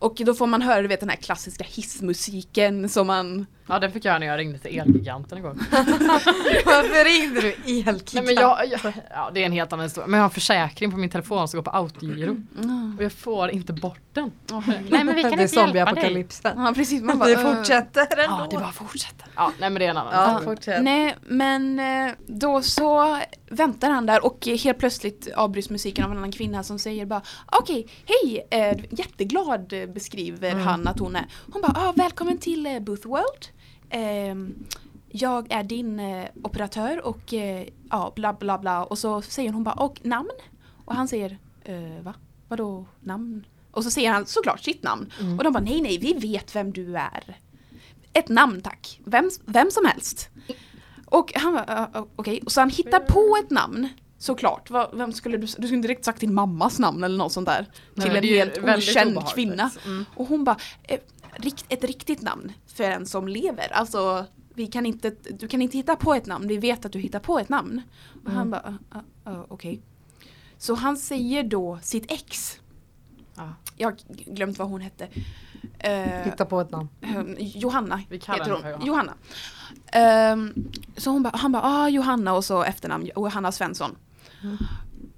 Speaker 1: Och då får man höra du vet, den här klassiska hissmusiken som man
Speaker 2: Ja den fick jag när jag ringde till Elgiganten igår.
Speaker 4: Varför ringde du
Speaker 2: Nej,
Speaker 4: elkickan?
Speaker 1: Typ
Speaker 2: men jag, jag, ja, det är en helt annan historia. Men jag har en försäkring på min telefon som går på autogiro.
Speaker 1: Mm.
Speaker 2: Och jag får inte bort den. Nej men vi
Speaker 4: Det är zombieapokalypsen.
Speaker 1: Ja precis, man bara,
Speaker 4: Det
Speaker 1: "Äh."
Speaker 4: fortsätter ändå.
Speaker 2: Ja det bara fortsätter. Ja nej men det är en annan
Speaker 4: Ja,
Speaker 2: historia.
Speaker 4: fortsätt.
Speaker 1: Nej men eh, då så väntar han där och helt plötsligt avbryts musiken av en annan kvinna som säger bara Okej, hej! eh, Jätteglad eh, beskriver
Speaker 4: Mm.
Speaker 1: han att hon är. Hon bara ah, välkommen till eh, Booth World. Ehm, jag är din eh, operatör och eh, ja bla bla bla och så säger hon bara och namn? Och han säger eh, va? Vadå namn? Och så säger han såklart sitt namn.
Speaker 4: Mm.
Speaker 1: Och de bara nej nej vi vet vem du är. Ett namn tack. Vem, vem som helst. Och han bara, "Ah, ah, okej. Och så han hittar
Speaker 2: Mm.
Speaker 1: på ett namn. Såklart. Vad- Vem skulle du, du skulle inte direkt sagt din mammas namn eller något sånt där.
Speaker 2: Nej,
Speaker 1: till en
Speaker 2: det är ju
Speaker 1: helt
Speaker 2: väldigt
Speaker 1: okänd
Speaker 2: obehagligt. Mm.
Speaker 1: kvinna. Och hon bara, "Eh, rikt, ett riktigt namn för en som lever. Alltså, vi kan inte, du kan inte hitta på ett namn, vi vet att du hittar på ett namn. Och
Speaker 2: Mm.
Speaker 1: han bara, "Ah, ah, ah, okej. Så han säger då sitt ex.
Speaker 2: Ja.
Speaker 1: Jag har glömt vad hon hette. Eh,
Speaker 4: Hitta på ett namn.
Speaker 1: Ehm, Johanna
Speaker 2: Vi kallar
Speaker 1: heter hon.
Speaker 2: henne för
Speaker 1: Johanna. Ehm, så hon bara, han bara, ah Johanna och så efternamn Johanna Svensson.
Speaker 2: Mm.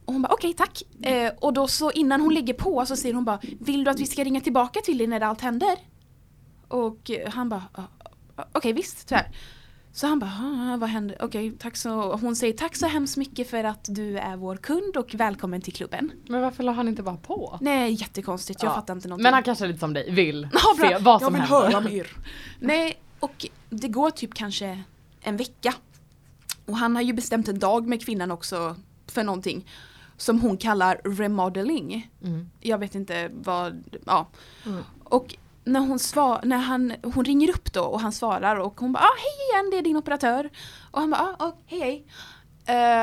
Speaker 1: Och hon bara, okej tack. Eh, och då så innan hon lägger på så säger hon bara, vill du att vi ska ringa tillbaka till dig när allt händer? Och eh, han bara, "Ah, ah, okej visst, så här. Så han bara, "Ah, vad händer? Okej, tack så... Hon säger tack så hemskt mycket för att du är vår kund och välkommen till klubben.
Speaker 2: Men varför la han inte bara på?
Speaker 1: Nej, jättekonstigt. Jag
Speaker 2: Ja.
Speaker 1: fattar inte någonting.
Speaker 2: Men han kanske är lite som dig, vill
Speaker 1: Ja, bra.
Speaker 2: se vad
Speaker 1: jag
Speaker 2: som
Speaker 1: vill
Speaker 2: händer.
Speaker 1: höra mer. Nej, och det går typ kanske en vecka. Och han har ju bestämt en dag med kvinnan också för någonting som hon kallar remodeling.
Speaker 2: Mm.
Speaker 1: Jag vet inte vad, ja.
Speaker 4: Mm.
Speaker 1: Och när hon, svar, när han, hon ringer upp då och han svarar och hon bara ah, hej igen det är din operatör. Och han bara ah, ah, hej hej.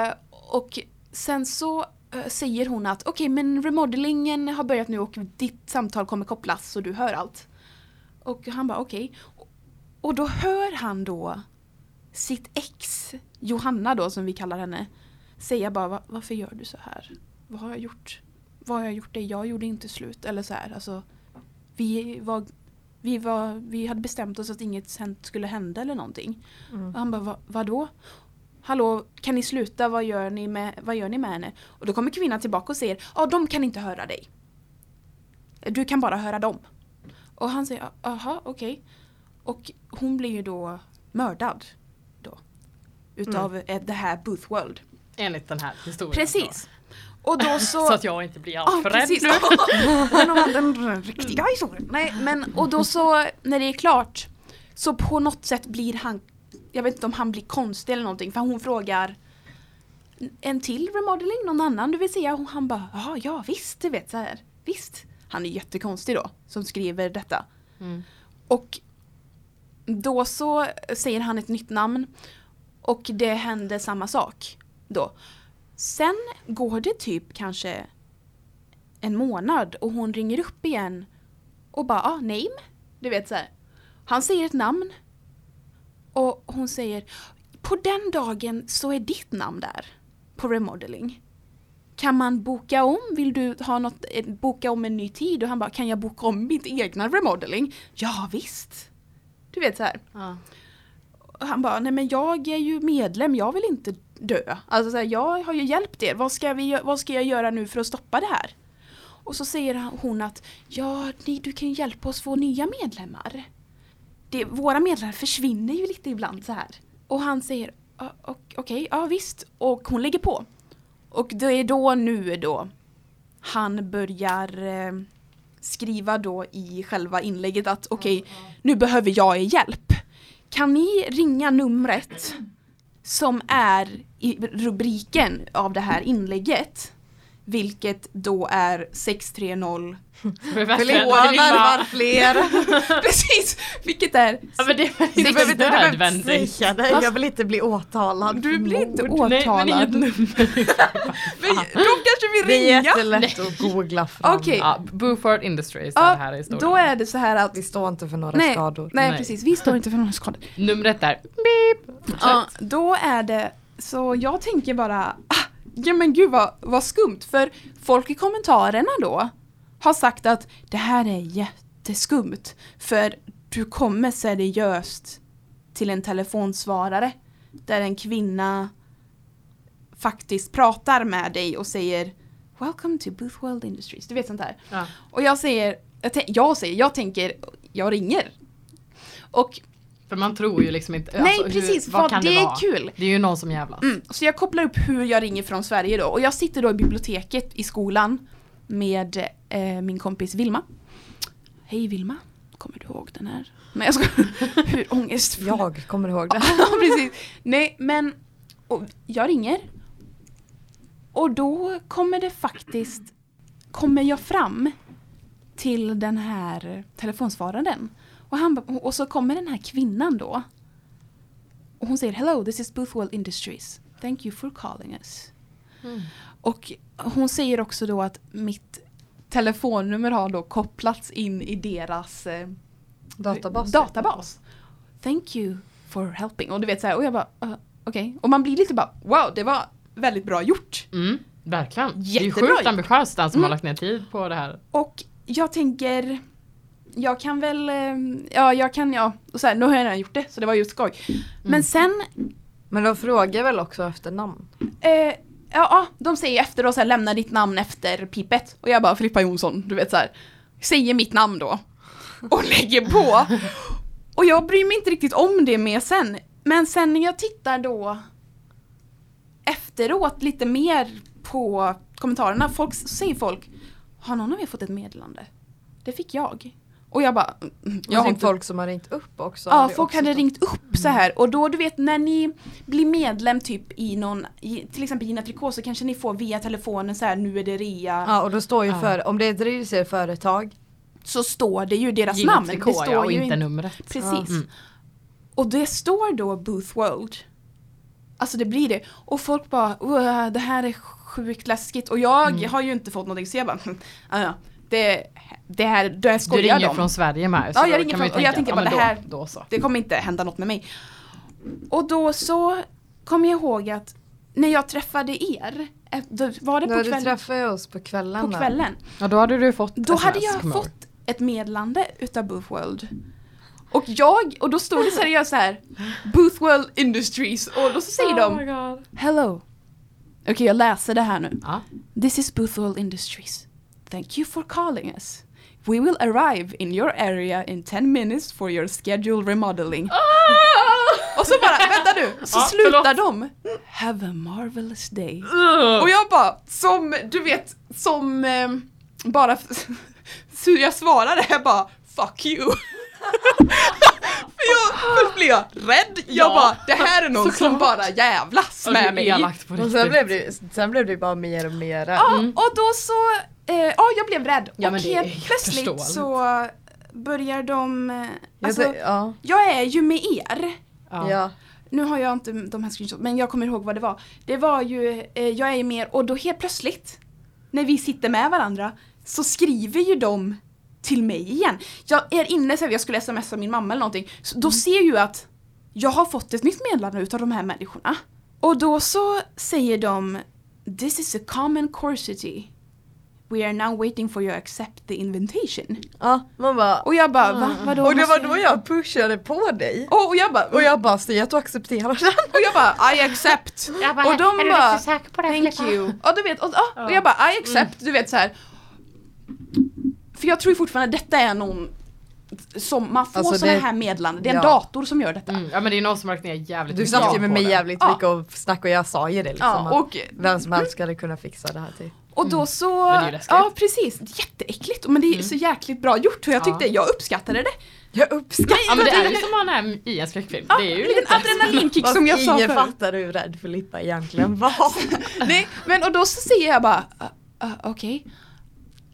Speaker 1: Eh, och sen så eh, säger hon att okej men remodelingen har börjat nu och ditt samtal kommer kopplas så du hör allt. Och han bara okej. Och då hör han då sitt ex, Johanna då som vi kallar henne, säga bara "Va- varför gör du så här? Vad har jag gjort? Vad har jag gjort dig? Jag gjorde inte slut. Eller så här, alltså. Vi var, vi var, vi hade bestämt oss att inget hänt- skulle hända eller någonting.
Speaker 4: Mm.
Speaker 1: Och han bara, "Va- vadå? Hallå, kan ni sluta? Vad gör ni med, vad gör ni med henne? Och då kommer kvinnan tillbaka och säger, ja de kan inte höra dig. Du kan bara höra dem. Och han säger aha okej. Och hon blir ju då mördad. Då. Utav
Speaker 2: Mm.
Speaker 1: eh, det här Boothworld.
Speaker 2: Enligt den här historien.
Speaker 1: Precis. Och då
Speaker 2: Så,
Speaker 1: så...
Speaker 2: så att jag inte blir
Speaker 1: Ja, Mm.
Speaker 2: alltför rädd
Speaker 1: precis.
Speaker 2: nu.
Speaker 1: Men om den riktiga historien. Nej, men och då så när det är klart så på något sätt blir han, jag vet inte om han blir konstig eller någonting för hon frågar en till remodeling, någon annan du vill säga? Och han bara ja, ja visst, du vet så här. Visst. Han är jättekonstig då som skriver detta.
Speaker 2: Mm.
Speaker 1: Och då så säger han ett nytt namn och det händer samma sak då. Sen går det typ kanske en månad och hon ringer upp igen och bara ah, name, du vet så här. Han säger ett namn och hon säger på den dagen så är ditt namn där på remodeling. Kan man boka om? Vill du ha något, eh, boka om en ny tid? Och han bara, kan jag boka om mitt egna remodeling? Ja visst! Du vet så här.
Speaker 2: Ja.
Speaker 1: Och han bara, nej men jag är ju medlem, jag vill inte dö. Alltså så här, jag har ju hjälpt er, vad ska, vi, vad ska jag göra nu för att stoppa det här? Och så säger han- hon att, ja ni, du kan ju hjälpa oss få nya medlemmar. Det, våra medlemmar försvinner ju lite ibland så här. Och han säger, "Ja, och- okej, ja visst. Och hon lägger på. Och det är då nu då han börjar eh, skriva då i själva inlägget att okej, nu behöver jag er hjälp. Kan ni ringa numret som är i rubriken av det här inlägget? Vilket då är 630
Speaker 2: Vi
Speaker 4: Förlåt,
Speaker 2: bara-
Speaker 4: värvar fler.
Speaker 1: Precis! Vilket är...
Speaker 2: Ja, men det är
Speaker 4: Du
Speaker 2: inte
Speaker 4: behöver inte- du behöver inte
Speaker 2: nödvändigt.
Speaker 4: säga det. Jag vill inte bli åtalad.
Speaker 1: Du blir inte åtalad.
Speaker 2: Nej, men inget nummer.
Speaker 1: Men då kanske
Speaker 4: Det
Speaker 1: vi
Speaker 4: är
Speaker 1: ringa?
Speaker 4: jättelätt att googla fram.
Speaker 1: Okej.
Speaker 2: Ja, Buford Industries är
Speaker 1: Ja,
Speaker 2: det här historien.
Speaker 1: Då är det så här att...
Speaker 4: Vi står inte för några
Speaker 1: Nej,
Speaker 4: skador.
Speaker 1: nej,
Speaker 2: Nej.
Speaker 1: precis, vi står inte för några skador.
Speaker 2: Numret där, beep.
Speaker 1: Ja, då är det, så jag tänker bara, ah, ja men gud vad, vad skumt för folk i kommentarerna då har sagt att det här är jätteskumt för du kommer seriöst till en telefonsvarare där en kvinna faktiskt pratar med dig och säger Welcome to Boothworld Industries, du vet sånt här.
Speaker 2: Ja.
Speaker 1: Och jag säger, jag, tän- jag säger, jag tänker, jag ringer. Och
Speaker 2: För man tror ju liksom inte.
Speaker 1: Nej,
Speaker 2: hur-
Speaker 1: precis,
Speaker 2: vad
Speaker 1: vad
Speaker 2: kan
Speaker 1: det är
Speaker 2: vara?
Speaker 1: kul.
Speaker 2: Det är ju någon som jävlas.
Speaker 1: Mm, så jag kopplar upp hur jag ringer från Sverige då och jag sitter då i biblioteket i skolan med eh, min kompis Vilma. Hej Vilma, kommer du ihåg den här? Nej jag skojar. hur ångestfull.
Speaker 4: Jag kommer ihåg det.
Speaker 1: Ja, precis. Nej men och jag ringer. Och då kommer det faktiskt, kommer jag fram till den här telefonsvararen. Och, han, ba- och så kommer den här kvinnan då. Och hon säger Hello, this is Boothwell Industries. Thank you for calling us.
Speaker 2: Mm.
Speaker 1: Och hon säger också då att mitt telefonnummer har då kopplats in i deras eh,
Speaker 4: Databas. typ.
Speaker 1: databas. Thank you for helping. Och du vet så här, och jag bara, uh, okej. Och man blir lite bara, wow, det var väldigt bra gjort.
Speaker 2: Mm, verkligen. det
Speaker 1: Jättebra
Speaker 2: är sjukt
Speaker 1: gjort.
Speaker 2: ambitiöst den som
Speaker 1: Mm.
Speaker 2: har lagt ner tid på det här.
Speaker 1: Och jag tänker, jag kan väl, eh, ja jag kan, ja. Och så här, nu har jag redan gjort det, så det var ju skoj. Men sen,
Speaker 4: Men de frågar väl också efter namn?
Speaker 1: eh, ja, ja, de säger efter och så här, lämna ditt namn efter pipet. Och jag bara, Filippa Jonsson, du vet så här. Säger mitt namn då. Och lägger på. Och jag bryr mig inte riktigt om det mer sen. Men sen när jag tittar då efteråt lite mer på kommentarerna, folk, så säger folk Har någon av er fått ett meddelande? Det fick jag. Och jag bara "Mm, mm,
Speaker 4: Jag har
Speaker 1: inte-
Speaker 4: typ folk som har ringt upp också.
Speaker 1: Ja,
Speaker 4: har ju
Speaker 1: folk
Speaker 4: också
Speaker 1: hade
Speaker 4: fått-
Speaker 1: ringt upp
Speaker 2: Mm.
Speaker 1: så här och då du vet när ni blir medlem typ i någon, i, till exempel Gina Tricot så kanske ni får via telefonen så här nu är det rea.
Speaker 4: Ja och då står ju
Speaker 1: Ah.
Speaker 2: Ja.
Speaker 4: för, om det är ett registreringsföretag företag
Speaker 1: Så står det ju deras
Speaker 2: Gilla
Speaker 1: namn.
Speaker 2: trikå,
Speaker 1: det står
Speaker 2: ja, och
Speaker 1: ju
Speaker 2: inte numret.
Speaker 1: Precis.
Speaker 2: Ja. Mm.
Speaker 1: Och det står då Booth World. Alltså det blir det. Och folk bara "Wow, det här är sjukt läskigt. Och jag
Speaker 2: Mm.
Speaker 1: har ju inte fått någonting så jag bara "Ja, ja, det, det här, det här
Speaker 2: Du
Speaker 1: skojar
Speaker 2: ringer
Speaker 1: de.
Speaker 2: från Sverige med. så
Speaker 1: Ja, jag
Speaker 2: då
Speaker 1: ringer
Speaker 2: kan man ju
Speaker 1: från- och jag
Speaker 2: tänka
Speaker 1: tänker
Speaker 2: att,
Speaker 1: bara,
Speaker 2: ja,
Speaker 1: det
Speaker 2: men Då, då så.
Speaker 1: Det kommer inte hända något med mig. Och då så kom jag ihåg att när jag träffade er, eh, då var det
Speaker 4: När
Speaker 1: på,
Speaker 4: du
Speaker 1: kväll,
Speaker 4: träffade oss på kvällen
Speaker 1: på
Speaker 4: där.
Speaker 1: kvällen.
Speaker 2: Ja, då hade du fått
Speaker 1: Då
Speaker 2: SMS,
Speaker 1: hade jag
Speaker 2: kommer ihåg.
Speaker 1: fått ett meddelande utav Boothworld. Och jag, och då stod det seriöst så här Boothworld Industries och då så säger
Speaker 2: Oh my
Speaker 1: de
Speaker 2: God.
Speaker 1: Hello. Okej jag läser det här nu.
Speaker 2: Ja.
Speaker 1: This is Boothworld Industries. Thank you for calling us. We will arrive in your area in 10 minutes for your scheduled remodeling. Och så bara, vänta nu, så
Speaker 2: Ja,
Speaker 1: slutar de. Have a marvelous day. Och
Speaker 2: Ugh.
Speaker 1: jag bara, som, du vet, som eh, bara, f- så jag svarade jag bara, fuck you. För jag, först blev jag rädd, jag
Speaker 2: Ja.
Speaker 1: bara, det här är någon som
Speaker 2: Såklart.
Speaker 1: bara jävlas med
Speaker 2: Det
Speaker 1: mig.
Speaker 2: är elakt på
Speaker 4: Och sen
Speaker 2: riktigt.
Speaker 4: blev, det, sen blev det ju bara mer och mer.
Speaker 1: Ja, och då så, eh, ja jag blev rädd.
Speaker 2: Mm. Ja, men
Speaker 1: och
Speaker 2: det är
Speaker 1: helt
Speaker 2: helt
Speaker 1: plötsligt
Speaker 2: förståeligt.
Speaker 1: så börjar de, eh,
Speaker 4: Jag
Speaker 1: alltså,
Speaker 4: sa- ja.
Speaker 1: jag är ju med er.
Speaker 2: Ja.
Speaker 4: ja.
Speaker 1: Nu har jag inte de här screenshots, men jag kommer ihåg vad det var. Det var ju, eh, jag är ju med er, och då helt plötsligt, när vi sitter med varandra, så skriver ju de till mig igen. Jag är inne, så här, jag skulle smsa min mamma eller någonting, så
Speaker 4: Mm.
Speaker 1: då ser ju att jag har fått ett nytt meddelande utav de här människorna. Och då så säger de This is a common corsity. We are now waiting for you to accept the invitation.
Speaker 4: ja. Man bara.
Speaker 1: Och jag bara, va? Vadå?
Speaker 4: Ah. Och det var
Speaker 1: Måste-
Speaker 4: då jag pushade på dig.
Speaker 1: och, och jag bara,
Speaker 4: Och jag bara säger att du accepterar den.
Speaker 1: och jag bara I accept. och de
Speaker 2: liksom
Speaker 1: bara Thank you. Ja du vet, och, ah, och jag bara I
Speaker 2: Mm.
Speaker 1: accept, du vet så här. För jag tror ju fortfarande detta är någon som man får
Speaker 4: Alltså,
Speaker 1: sådana
Speaker 4: det-
Speaker 1: här meddelanden, det är en
Speaker 4: ja.
Speaker 1: dator som gör detta.
Speaker 2: Mm. ja men det är någon som har lagt ner jävligt
Speaker 4: Du
Speaker 2: jobb
Speaker 4: snackade med
Speaker 2: på
Speaker 4: mig
Speaker 2: det.
Speaker 4: jävligt
Speaker 1: Ja.
Speaker 4: mycket och snack och jag sa ju det liksom.
Speaker 1: Ja,
Speaker 4: att
Speaker 1: och,
Speaker 4: vem som helst skulle kunna fixa det här typ. till.
Speaker 1: och då så,
Speaker 2: Mm. Men det är ju läskigt. Mm.
Speaker 1: ja precis, jätteäckligt men det är så jäkligt bra gjort och jag tyckte,
Speaker 2: Ja.
Speaker 1: jag uppskattade det.
Speaker 4: Jag uppskattar
Speaker 2: Ja men det är ju Alltså,
Speaker 1: Ja,
Speaker 2: som man är i en skräckfilm.
Speaker 1: liksom- Ja,
Speaker 2: det är ju
Speaker 1: en liten
Speaker 2: lite...
Speaker 1: adrenalinkick som jag sa
Speaker 4: Ingen
Speaker 1: förut.
Speaker 4: fattar hur rädd Filippa egentligen var.
Speaker 1: Nej, men och då så säger jag bara, "Ah, ah, okej.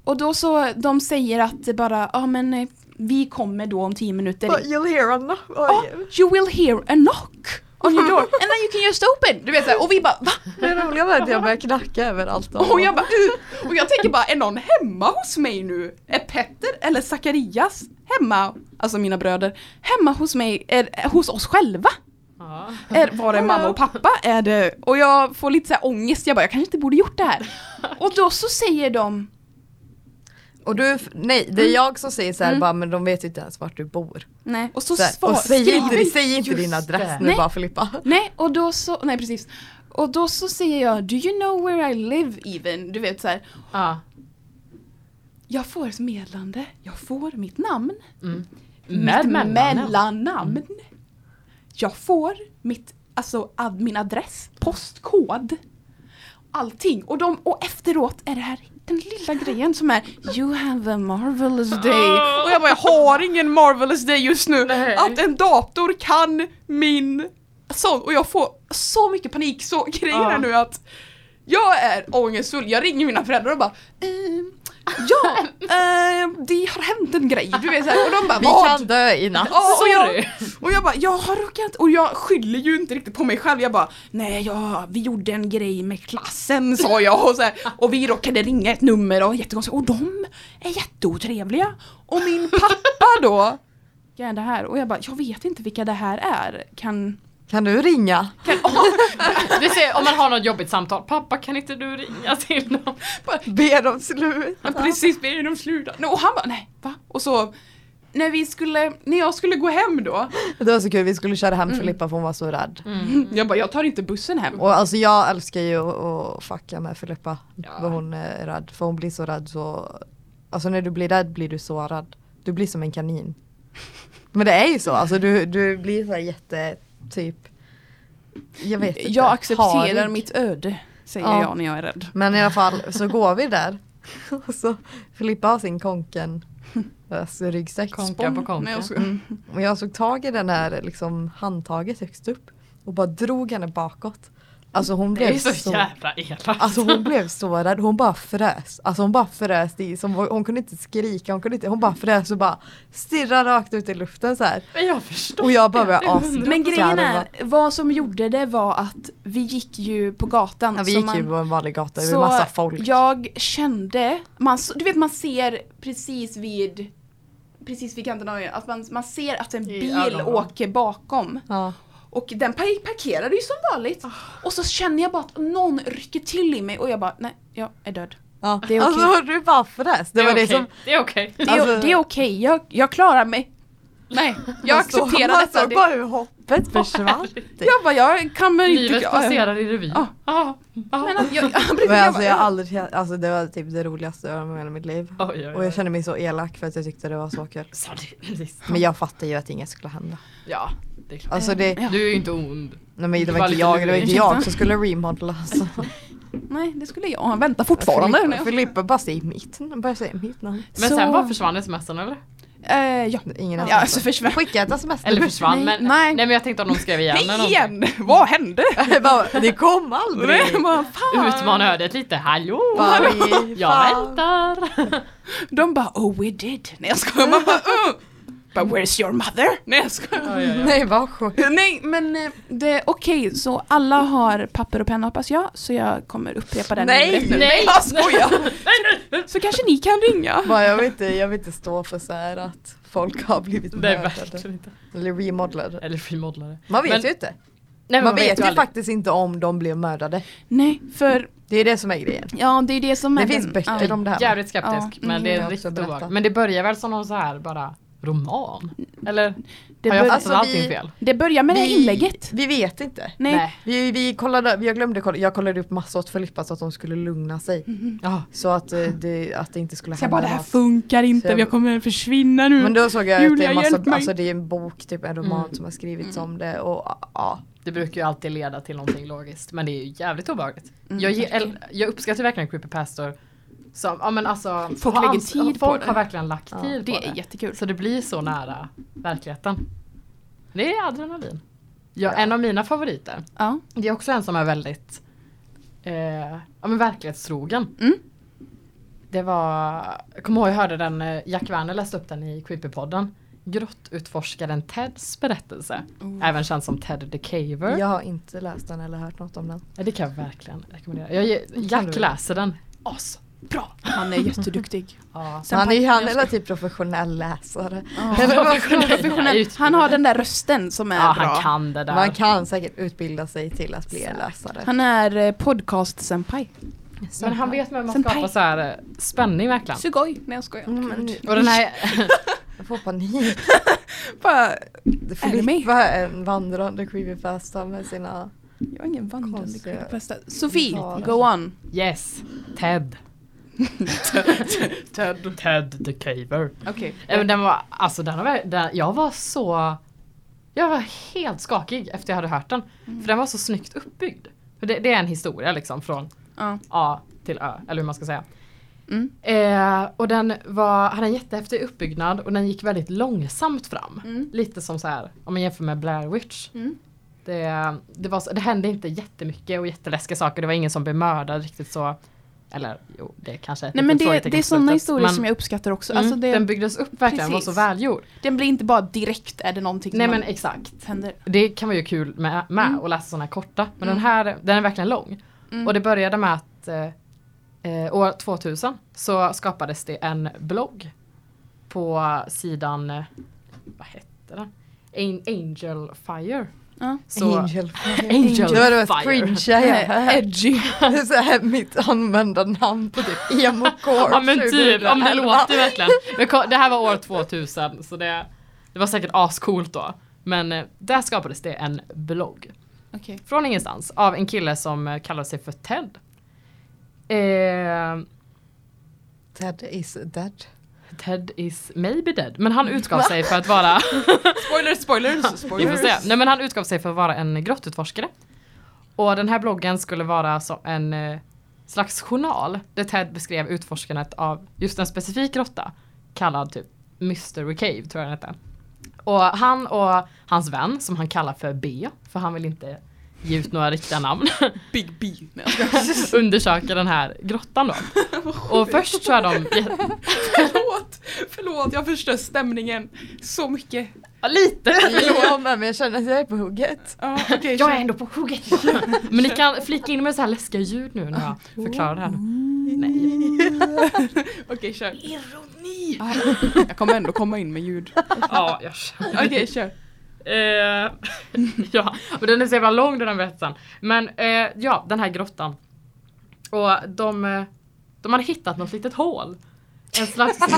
Speaker 1: Och då så, de säger att det bara, ja men eh, vi kommer då om 10 minuter.
Speaker 4: But you'll hear on the-
Speaker 1: Ja,
Speaker 4: Oj.
Speaker 1: you will hear a knock on your door and then you can just open. Du vet såhär, och vi bara va?
Speaker 4: Det roliga var att jag började knacka överallt.
Speaker 1: Och jag bara "Uh." Och jag tänker bara, är någon hemma hos mig nu? Är Petter eller Zacharias hemma, alltså mina bröder, hemma hos mig, är, är hos oss själva?
Speaker 2: Ja.
Speaker 1: Är, var det mamma och pappa? Är det, och jag får lite så här ångest, jag bara jag kanske inte borde gjort det här. Och då så säger de,
Speaker 4: Och du, nej det är jag som säger såhär
Speaker 1: Mm.
Speaker 4: bara men de vet ju inte ens vart du bor.
Speaker 1: nej, och så
Speaker 4: Så här,
Speaker 1: svar,
Speaker 4: och säg inte,
Speaker 1: skriver
Speaker 4: säg inte
Speaker 2: Just
Speaker 4: din adress
Speaker 2: det.
Speaker 4: nu
Speaker 1: Nej.
Speaker 4: bara Filippa.
Speaker 1: Nej, och då så, nej precis. Och då så säger jag, do you know where I live even? Du vet så här,
Speaker 2: Ja.
Speaker 1: Jag får ett meddelande. Jag får mitt namn.
Speaker 2: Mm.
Speaker 1: mitt
Speaker 2: mellannamn.
Speaker 1: mellannamn. Jag får mitt, alltså ad, min adress, postkod. Allting. Och, de, och efteråt är det här den lilla grejen som är You have a marvelous day. Och jag bara, jag har ingen marvelous day just nu.
Speaker 2: Nej.
Speaker 1: Att en dator kan min sång. Och jag får så mycket panik så grejen
Speaker 2: Ja.
Speaker 1: är nu att jag är ångestfull, jag ringer mina föräldrar och bara ehm, Ja, ehm, det har hänt en grej, du vet så här, och de bara
Speaker 4: Vi
Speaker 1: vad?
Speaker 4: kan dö i natt.
Speaker 1: Ja, och, jag,
Speaker 2: Sorry.
Speaker 1: och jag bara, jag har råkat, och jag skyller ju inte riktigt på mig själv, jag bara Nej, ja, vi gjorde en grej med klassen sa jag och så här, Och vi råkade ringa ett nummer och jättekonstigt, och de är jätteotrevliga Och min pappa då Jag är det här, och jag bara, jag vet inte vilka det här är, kan
Speaker 4: Kan du ringa?
Speaker 2: Det säger, om man har något jobbigt samtal, pappa kan inte du ringa till någon?
Speaker 4: Be dem sluta.
Speaker 1: Men precis, vi är inom slutet. Och han bara nej, va? Och så när vi skulle, när jag skulle gå hem då
Speaker 4: Det var så kul, vi skulle köra hem
Speaker 1: Mm.
Speaker 4: Filippa för hon var så rädd.
Speaker 1: Jag bara, jag tar inte bussen hem.
Speaker 4: Och alltså jag älskar ju att- att fucka med Filippa
Speaker 2: Ja.
Speaker 4: när hon är rädd. För hon blir så rädd så... Alltså när du blir rädd blir du så rädd. Du blir som en kanin. Men det är ju så, alltså du, du blir så här jätte... Typ... Jag vet inte.
Speaker 1: Jag accepterar
Speaker 4: Harig.
Speaker 1: mitt öde, säger
Speaker 4: Ja.
Speaker 1: jag när jag är rädd.
Speaker 4: Men i alla fall så går vi där. Och så Filippa har sin konken alltså ryggsäck.
Speaker 2: Konka på konka.
Speaker 1: Nej, jag ska-
Speaker 4: Och jag såg tag i den här liksom, handtaget högst upp och bara drog henne bakåt. Alltså hon
Speaker 2: Det
Speaker 4: blev
Speaker 2: är
Speaker 4: så,
Speaker 2: så jävla elakt.
Speaker 4: Alltså hon blev så rädd, hon bara frös. Alltså hon bara frös, i, som, hon kunde inte skrika, hon, kunde inte, hon bara frös och bara stirrade rakt ut i luften så här.
Speaker 2: Men jag förstår.
Speaker 4: Och jag bara Alltså, började as...
Speaker 1: Men grejen
Speaker 4: garva.
Speaker 1: är, vad som gjorde det var att vi gick ju på gatan.
Speaker 4: Ja, vi
Speaker 1: så
Speaker 4: gick
Speaker 1: man-
Speaker 4: ju på en vanlig gata, det
Speaker 1: så
Speaker 4: var massa folk.
Speaker 1: jag kände, man, s- du vet man ser precis vid Precis vid kanten av ögonen, att man, man ser att en
Speaker 2: I
Speaker 1: bil
Speaker 2: ögonen.
Speaker 1: åker bakom.
Speaker 4: Ja.
Speaker 1: Och den par- parkerade ju som vanligt. Och så känner jag bara att någon rycker till i mig och jag bara nej, jag är död.
Speaker 4: Ja.
Speaker 1: Det är okej.
Speaker 4: Alltså du bara frös. Det,
Speaker 2: Det
Speaker 4: var
Speaker 2: är okej.
Speaker 4: det som...
Speaker 2: Det är okej.
Speaker 1: Det är,
Speaker 4: Alltså-
Speaker 1: det är okej, jag, jag klarar mig. Nej, jag accepterar
Speaker 4: Man
Speaker 1: detta.
Speaker 4: såg
Speaker 1: Det,
Speaker 4: bara hur hoppet försvann.
Speaker 1: jag bara, jag kan väl inte...
Speaker 2: Livet passerar i revy.
Speaker 1: Ja.
Speaker 2: Ah, ah.
Speaker 1: Men att jag, ja, precis,
Speaker 4: Men
Speaker 1: jag
Speaker 4: alltså,
Speaker 1: bara,
Speaker 4: jag har aldrig, känt- alltså, det var typ det roligaste jag har med hela mitt liv.
Speaker 2: Oj, oj, oj.
Speaker 4: Och jag kände mig så elak för att jag tyckte det var så kul.
Speaker 2: Sa du precis?
Speaker 4: Men jag fattade ju att inget skulle hända.
Speaker 2: Ja, det är klart.
Speaker 4: Alltså det,
Speaker 1: Ja.
Speaker 2: Du är ju inte ond.
Speaker 4: nej men det
Speaker 2: Bara
Speaker 4: var inte
Speaker 2: lite
Speaker 4: jag, det var inte
Speaker 1: lurig.
Speaker 4: jag
Speaker 1: Ursäkta.
Speaker 4: som skulle remodla alltså.
Speaker 1: Nej, det skulle jag. Han väntar fortfarande.
Speaker 4: Filippa-
Speaker 1: när jag-
Speaker 4: Filippa bara säger mitt, namn, bara säger mitt namn.
Speaker 2: Men
Speaker 1: Så-
Speaker 2: sen bara försvann sms'en eller?
Speaker 1: Eh, ja.
Speaker 4: Ingen
Speaker 1: ja, alltså
Speaker 4: sms.
Speaker 1: försvann.
Speaker 4: Skicka ett sms.
Speaker 2: Eller försvann
Speaker 1: Nej,
Speaker 2: men
Speaker 1: nej.
Speaker 2: men jag tänkte om de skrev igen eller
Speaker 1: Nej,
Speaker 2: någonting.
Speaker 1: igen! Vad hände?
Speaker 4: Bara, det kom aldrig.
Speaker 1: Vad fan?
Speaker 2: Utmana ödet lite, hallå!
Speaker 4: Bara, "Oj,
Speaker 2: jag
Speaker 4: fan."
Speaker 2: väntar!
Speaker 1: De bara oh we did. Nej jag skojar. Man bara uh. But where's your mother? Nej jag skojar.
Speaker 4: Nej vad sjukt.
Speaker 1: Nej men eh, det är okej så alla har papper och penna hoppas jag så jag kommer upprepa den
Speaker 4: Nej,
Speaker 1: numret nu.
Speaker 2: nej.
Speaker 1: jag skojar. Så kanske ni kan ringa.
Speaker 4: Bara, jag, vill inte, jag vill inte stå för så här att folk har blivit
Speaker 2: Nej
Speaker 4: mördade.
Speaker 2: verkligen inte.
Speaker 4: Eller remodlade.
Speaker 2: Eller remodlare.
Speaker 4: Man vet
Speaker 2: Men-
Speaker 4: ju inte.
Speaker 2: Nej, men
Speaker 4: Man vet ju
Speaker 2: aldrig.
Speaker 4: faktiskt inte om de blev mördade.
Speaker 1: Nej för
Speaker 4: Det är det som är grejen.
Speaker 1: ja det är det som
Speaker 4: Det
Speaker 1: är
Speaker 4: finns
Speaker 1: den-
Speaker 4: böcker
Speaker 1: ja.
Speaker 4: om det här.
Speaker 2: Jävligt skeptisk
Speaker 1: Ja,
Speaker 2: men
Speaker 1: mm,
Speaker 2: det
Speaker 4: jag
Speaker 2: är
Speaker 4: har också
Speaker 2: riktigt
Speaker 4: berättat.
Speaker 2: obehagligt. Men det börjar väl som någon så här bara roman? Eller
Speaker 1: Det,
Speaker 2: har jag
Speaker 1: bör,
Speaker 2: fattat
Speaker 4: Alltså, vi-
Speaker 2: allting fel?
Speaker 1: det börjar med det här
Speaker 4: Vi-
Speaker 1: inlägget.
Speaker 4: Vi vet inte.
Speaker 1: Nej.
Speaker 4: Vi, vi kollade, jag glömde kolla, jag kollade upp massor åt Filippa så att hon skulle lugna sig.
Speaker 2: Ja.
Speaker 4: Så att eh, det, att det inte skulle
Speaker 1: Mm. Så jag
Speaker 4: hända
Speaker 1: bara det här
Speaker 4: något.
Speaker 1: funkar inte,
Speaker 4: Så jag-
Speaker 1: jag kommer försvinna nu.
Speaker 4: Men då såg jag att det
Speaker 1: Julia,
Speaker 4: är
Speaker 1: hjälp
Speaker 4: massa,
Speaker 1: mig.
Speaker 4: alltså det är en bok, typ en roman
Speaker 2: Mm.
Speaker 4: som har skrivits om det och ah, ja.
Speaker 2: Det brukar ju alltid leda till någonting logiskt men det är ju jävligt obehagligt.
Speaker 1: Mm,
Speaker 2: jag, ge,
Speaker 1: verkligen.
Speaker 2: el, jag uppskattar verkligen creepypastor som, ja men alltså
Speaker 1: Folk
Speaker 2: har
Speaker 1: lägger
Speaker 2: ans-
Speaker 1: tid på
Speaker 2: Folk
Speaker 1: det.
Speaker 2: har verkligen lagt
Speaker 4: Ja.
Speaker 2: tid på
Speaker 1: det
Speaker 2: det.
Speaker 1: är jättekul.
Speaker 2: Så det blir så nära verkligheten. Det är adrenalin. Ja,
Speaker 4: Ja.
Speaker 2: En av mina favoriter.
Speaker 1: Ja.
Speaker 2: Det är också en som är väldigt eh, ja, men verklighetstrogen.
Speaker 1: Mm.
Speaker 2: Det var, jag kommer ihåg jag hörde den, eh, Jack Werner läste upp den i Creepypodden. Grottutforskaren Teds berättelse.
Speaker 4: Oh.
Speaker 2: Även känd som Ted the Caver.
Speaker 4: Jag har inte läst den eller hört något om den.
Speaker 2: Ja, Det kan jag verkligen rekommendera. Jag, ge-
Speaker 4: kan
Speaker 2: Jack
Speaker 4: du.
Speaker 2: läser den. As. Bra!
Speaker 1: Han är jätteduktig.
Speaker 2: Ja.
Speaker 1: Sen
Speaker 4: Han
Speaker 1: på-
Speaker 4: är ju han är typ professionell läsare.
Speaker 1: Ja.
Speaker 2: Ja,
Speaker 1: Professionell. Han har den där rösten som är
Speaker 2: Ja,
Speaker 1: bra.
Speaker 2: han kan det där.
Speaker 4: Man kan säkert utbilda sig till att bli en läsare.
Speaker 1: Han är eh, podcast-senpai.
Speaker 2: Men han vet med hur man
Speaker 1: Senpai.
Speaker 2: skapar så här eh, spänning verkligen.
Speaker 1: Sugoi! Nej jag skojar.
Speaker 4: Mm, men-
Speaker 2: Och den här,
Speaker 4: Jag får panik.
Speaker 1: Bara, mig?
Speaker 4: Filippa är en vandrande creepypasta med sina
Speaker 1: jag är ingen vandrande
Speaker 4: Konstiga-
Speaker 1: creepypasta. Sofie,
Speaker 4: Ja.
Speaker 1: go on.
Speaker 2: yes, Ted. Ted. Ted the Caver.
Speaker 1: Okej.
Speaker 2: Nej, men den var, alltså den var, den, jag var så, jag var helt skakig efter jag hade hört den.
Speaker 1: Mm.
Speaker 2: För den var så snyggt uppbyggd. För det, det är en historia liksom från
Speaker 1: Ja.
Speaker 2: A till Ö, eller hur man ska säga.
Speaker 1: Mm.
Speaker 2: Eh, och den var, hade en jättehäftig uppbyggnad och den gick väldigt långsamt fram.
Speaker 1: Mm.
Speaker 2: Lite som så här, om man jämför med Blair Witch.
Speaker 1: Mm.
Speaker 2: Det, det, var så, det hände inte jättemycket och jätteläskiga saker. Det var ingen som blev mördad riktigt så. Eller jo, det kanske är ett
Speaker 1: Nej men
Speaker 2: litet
Speaker 1: det,
Speaker 2: frågetecken
Speaker 1: det är
Speaker 2: på
Speaker 1: sådana
Speaker 2: slutet,
Speaker 1: historier
Speaker 2: men-
Speaker 1: som jag uppskattar också.
Speaker 2: Mm,
Speaker 1: Alltså det,
Speaker 2: den
Speaker 1: den,
Speaker 2: byggdes upp verkligen, den var så
Speaker 1: Precis.
Speaker 2: välgjord.
Speaker 1: blir inte bara direkt är det någonting
Speaker 2: Nej
Speaker 1: som
Speaker 2: men
Speaker 1: man-
Speaker 2: exakt.
Speaker 1: händer.
Speaker 2: Det kan vara ju kul med, med
Speaker 1: Mm.
Speaker 2: att läsa sådana här korta. Men
Speaker 1: Mm.
Speaker 2: den här, den är verkligen lång.
Speaker 1: Mm.
Speaker 2: Och det började med att eh, eh, år 2000 så skapades det en blogg på sidan, eh, vad hette den? An- Angel Fire.
Speaker 1: Mm. Ja.
Speaker 2: Så,
Speaker 4: angel fire.
Speaker 2: Angel
Speaker 4: Det var det mest
Speaker 2: Fire.
Speaker 4: cringea jag
Speaker 1: Eh,
Speaker 4: hört.
Speaker 1: Edgy.
Speaker 4: Det är så här mitt användarnamn på typ emo-core
Speaker 2: Ja men typ, ja, men det
Speaker 4: 2011.
Speaker 2: låter verkligen. Men ko- Det här var år 2000 så det, det var säkert ascoolt då. Men eh, där skapades det en blogg.
Speaker 1: Okej.
Speaker 2: Från ingenstans av en kille som eh, kallar sig för Ted. Eh,
Speaker 4: Ted is dead.
Speaker 2: Ted is maybe dead. Men han utgav sig för att vara
Speaker 1: Spoilers, spoilers,
Speaker 2: Vi får se. Nej men han utgav sig för att vara en grottutforskare. Och den här bloggen skulle vara som en eh, slags journal där Ted beskrev utforskandet av just en specifik grotta kallad typ Mystery Cave tror jag den hette. Och han och hans vän som han kallar för B för han vill inte ge ut några riktiga namn
Speaker 1: Big B. Nej,
Speaker 2: undersöker den här grottan då. Och först så är de jä-
Speaker 1: förlåt, förlåt jag förstör stämningen så mycket.
Speaker 2: lite
Speaker 4: Ja men jag känner att jag är på hugget.
Speaker 1: Ja, okej,
Speaker 2: Jag
Speaker 1: kör.
Speaker 2: är ändå på hugget. Men ni kan flika in med så här läskiga ljud nu när
Speaker 1: Ah. Oh.
Speaker 2: jag förklarar det här. Nej.
Speaker 1: Mm. Okej, kör. Ironi! Jag kommer ändå komma in med ljud.
Speaker 2: Ja, jag känner.
Speaker 1: Okej, kör.
Speaker 2: Eh, ja, och den är så jävla lång den här berättelsen. Men eh, ja, den här grottan. Och de, eh, de hade hittat något litet hål. En slags...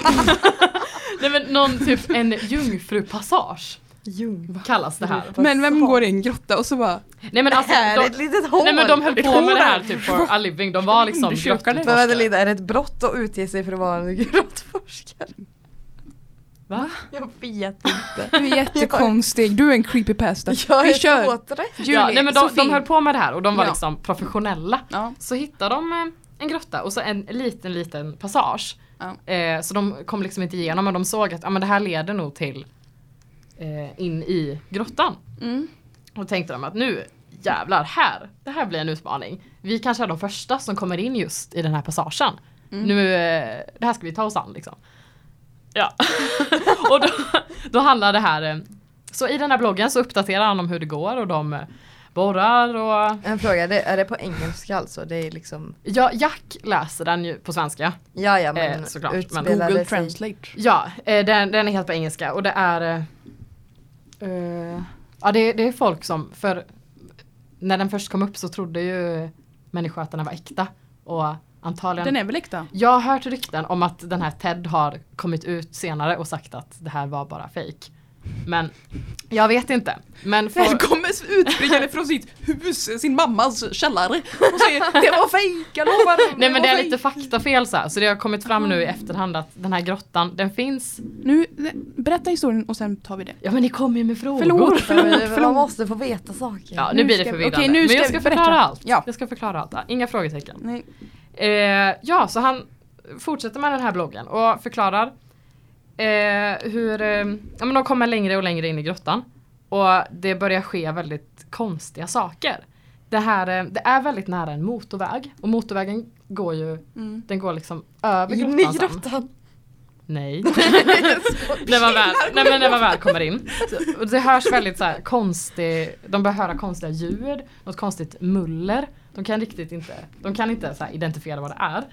Speaker 2: Nej men någon typ en jungfrupassage
Speaker 4: Ljung.
Speaker 2: kallas det här.
Speaker 3: Men vem går i en grotta och så bara
Speaker 2: Nej men alltså,
Speaker 4: är det
Speaker 2: de,
Speaker 4: ett litet hål?
Speaker 2: nej, men de höll på med det här
Speaker 3: Hora.
Speaker 2: typ for a living. De var liksom
Speaker 3: Undersökare.
Speaker 2: grottutforskare.
Speaker 4: Men vänta lite, är det ett brott att utge sig för att vara en grottforskare?
Speaker 2: Va?
Speaker 4: Jag vet inte.
Speaker 3: Du är jättekonstig, du är en creepypasta.
Speaker 4: Jag
Speaker 3: Vi
Speaker 4: är
Speaker 3: kör!
Speaker 4: tåträtt.
Speaker 2: Ja, nej men de, de
Speaker 3: Sofie.
Speaker 2: höll på med det här och de var
Speaker 3: Ja.
Speaker 2: liksom professionella.
Speaker 3: Ja.
Speaker 2: Så hittade de eh, en grotta och så en liten liten passage.
Speaker 3: Ja.
Speaker 2: Eh, så de kom liksom inte igenom men de såg att ah, men det här leder nog till eh, in i grottan.
Speaker 3: Mm.
Speaker 2: Och tänkte de att nu jävlar här, det här blir en utmaning. Vi kanske är de första som kommer in just i den här passagen. Nu, eh, det här ska vi ta oss an liksom. Ja. och då, då handlar det här, eh, så i den här bloggen så uppdaterar han om hur det går och de eh, borrar och
Speaker 4: En fråga, det, är det på engelska alltså? Det är liksom,
Speaker 2: Ja, Jack läser den ju på svenska.
Speaker 4: ja ja men
Speaker 2: Eh, såklart, men
Speaker 4: utspelar
Speaker 3: Google
Speaker 4: det sig-
Speaker 3: Translate.
Speaker 2: Ja, eh, den, den är helt på engelska och det är... eh, eh, ja, det, det är folk som, för när den först kom upp så trodde ju människor att den var äkta. Och antagligen...
Speaker 3: Den är väl äkta?
Speaker 2: Jag har hört rykten om att den här Ted har kommit ut senare och sagt att det här var bara fake. Men jag vet inte. Men för,
Speaker 3: Den kommer utspringande från sitt hus, sin mammas källare och säger det var fejk, jag lovar!
Speaker 2: nej men det är
Speaker 3: var
Speaker 2: lite faktafel så här. Så det har kommit fram
Speaker 3: Ah.
Speaker 2: nu i efterhand att den här grottan, den finns.
Speaker 3: fejk." Nu, berätta historien och sen tar vi det.
Speaker 2: Ja men ni kommer ju med frågor.
Speaker 3: Förlåt, förlåt,
Speaker 4: Men Man
Speaker 3: förlåt.
Speaker 4: måste få veta saker.
Speaker 2: Ja, nu, blir
Speaker 3: ska
Speaker 2: det
Speaker 3: vi-
Speaker 2: förvirrande.
Speaker 3: okej, nu
Speaker 2: men
Speaker 3: ska
Speaker 2: jag
Speaker 3: vi
Speaker 2: ska
Speaker 3: berätta.
Speaker 2: förklara allt.
Speaker 3: Ja.
Speaker 2: Jag ska förklara allt. här. Inga frågetecken.
Speaker 3: Nej.
Speaker 2: Eh, ja, så han fortsätter med den här bloggen och förklarar eh, hur eh, ja, men de kommer längre och längre in i grottan. Och det börjar ske väldigt konstiga saker. Det, här, eh, det är väldigt nära en motorväg och motorvägen går ju
Speaker 3: Mm.
Speaker 2: den går liksom över
Speaker 4: In i
Speaker 2: grottan. sen.
Speaker 4: grottan.
Speaker 2: Nej. när, man väl, nej men när man väl kommer in. Så, och det hörs väldigt så här konstig, de börjar höra konstiga ljud, något konstigt muller. De kan riktigt inte, de kan inte så här identifiera vad det är.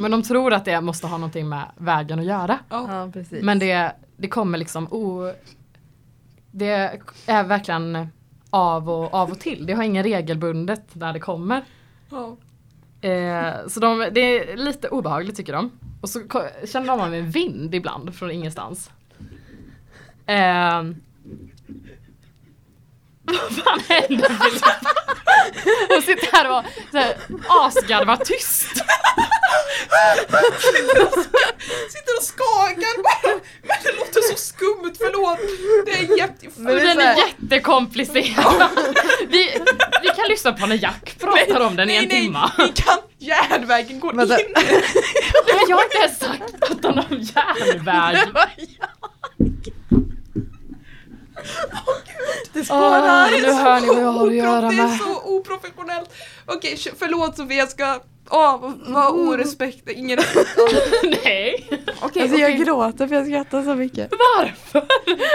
Speaker 2: Men de tror att det måste ha någonting med vägen att göra.
Speaker 4: Ja precis.
Speaker 2: Men det, det kommer liksom o... Det är verkligen av och, av och till. Det har ingen regelbundet när det kommer.
Speaker 3: Ja.
Speaker 2: Eh, så de, det är lite obehagligt tycker de. Och så ko- känner de av en vind ibland från ingenstans. Eh, vad fan hände Filip? Hon sitter här och var så här asgarvar tyst.
Speaker 3: Sitter och skakar bara, men det låter så skumt, förlåt! Det är jätte...
Speaker 4: Men det är
Speaker 2: den
Speaker 4: så
Speaker 2: är
Speaker 4: här-
Speaker 2: jättekomplicerad. Vi, vi kan lyssna på när Jack pratar om den i en
Speaker 3: nej,
Speaker 2: timme.
Speaker 3: nej, vi kan järnvägen går
Speaker 4: Vänta. alltså,
Speaker 3: in!
Speaker 2: Nej, men jag har inte ens sagt att den har en järnväg.
Speaker 4: det
Speaker 2: Åh,
Speaker 4: spårar!
Speaker 2: nu hör ni vad jag har att göra
Speaker 3: Det är
Speaker 2: med.
Speaker 3: så oprofessionellt! Okej, kö- förlåt Sofia, jag ska... Åh, vad- vad orespekt... Ingen...
Speaker 2: Nej.
Speaker 3: Mm. Okej,
Speaker 4: alltså jag
Speaker 3: okej.
Speaker 4: gråter för jag skrattar så mycket.
Speaker 2: Varför?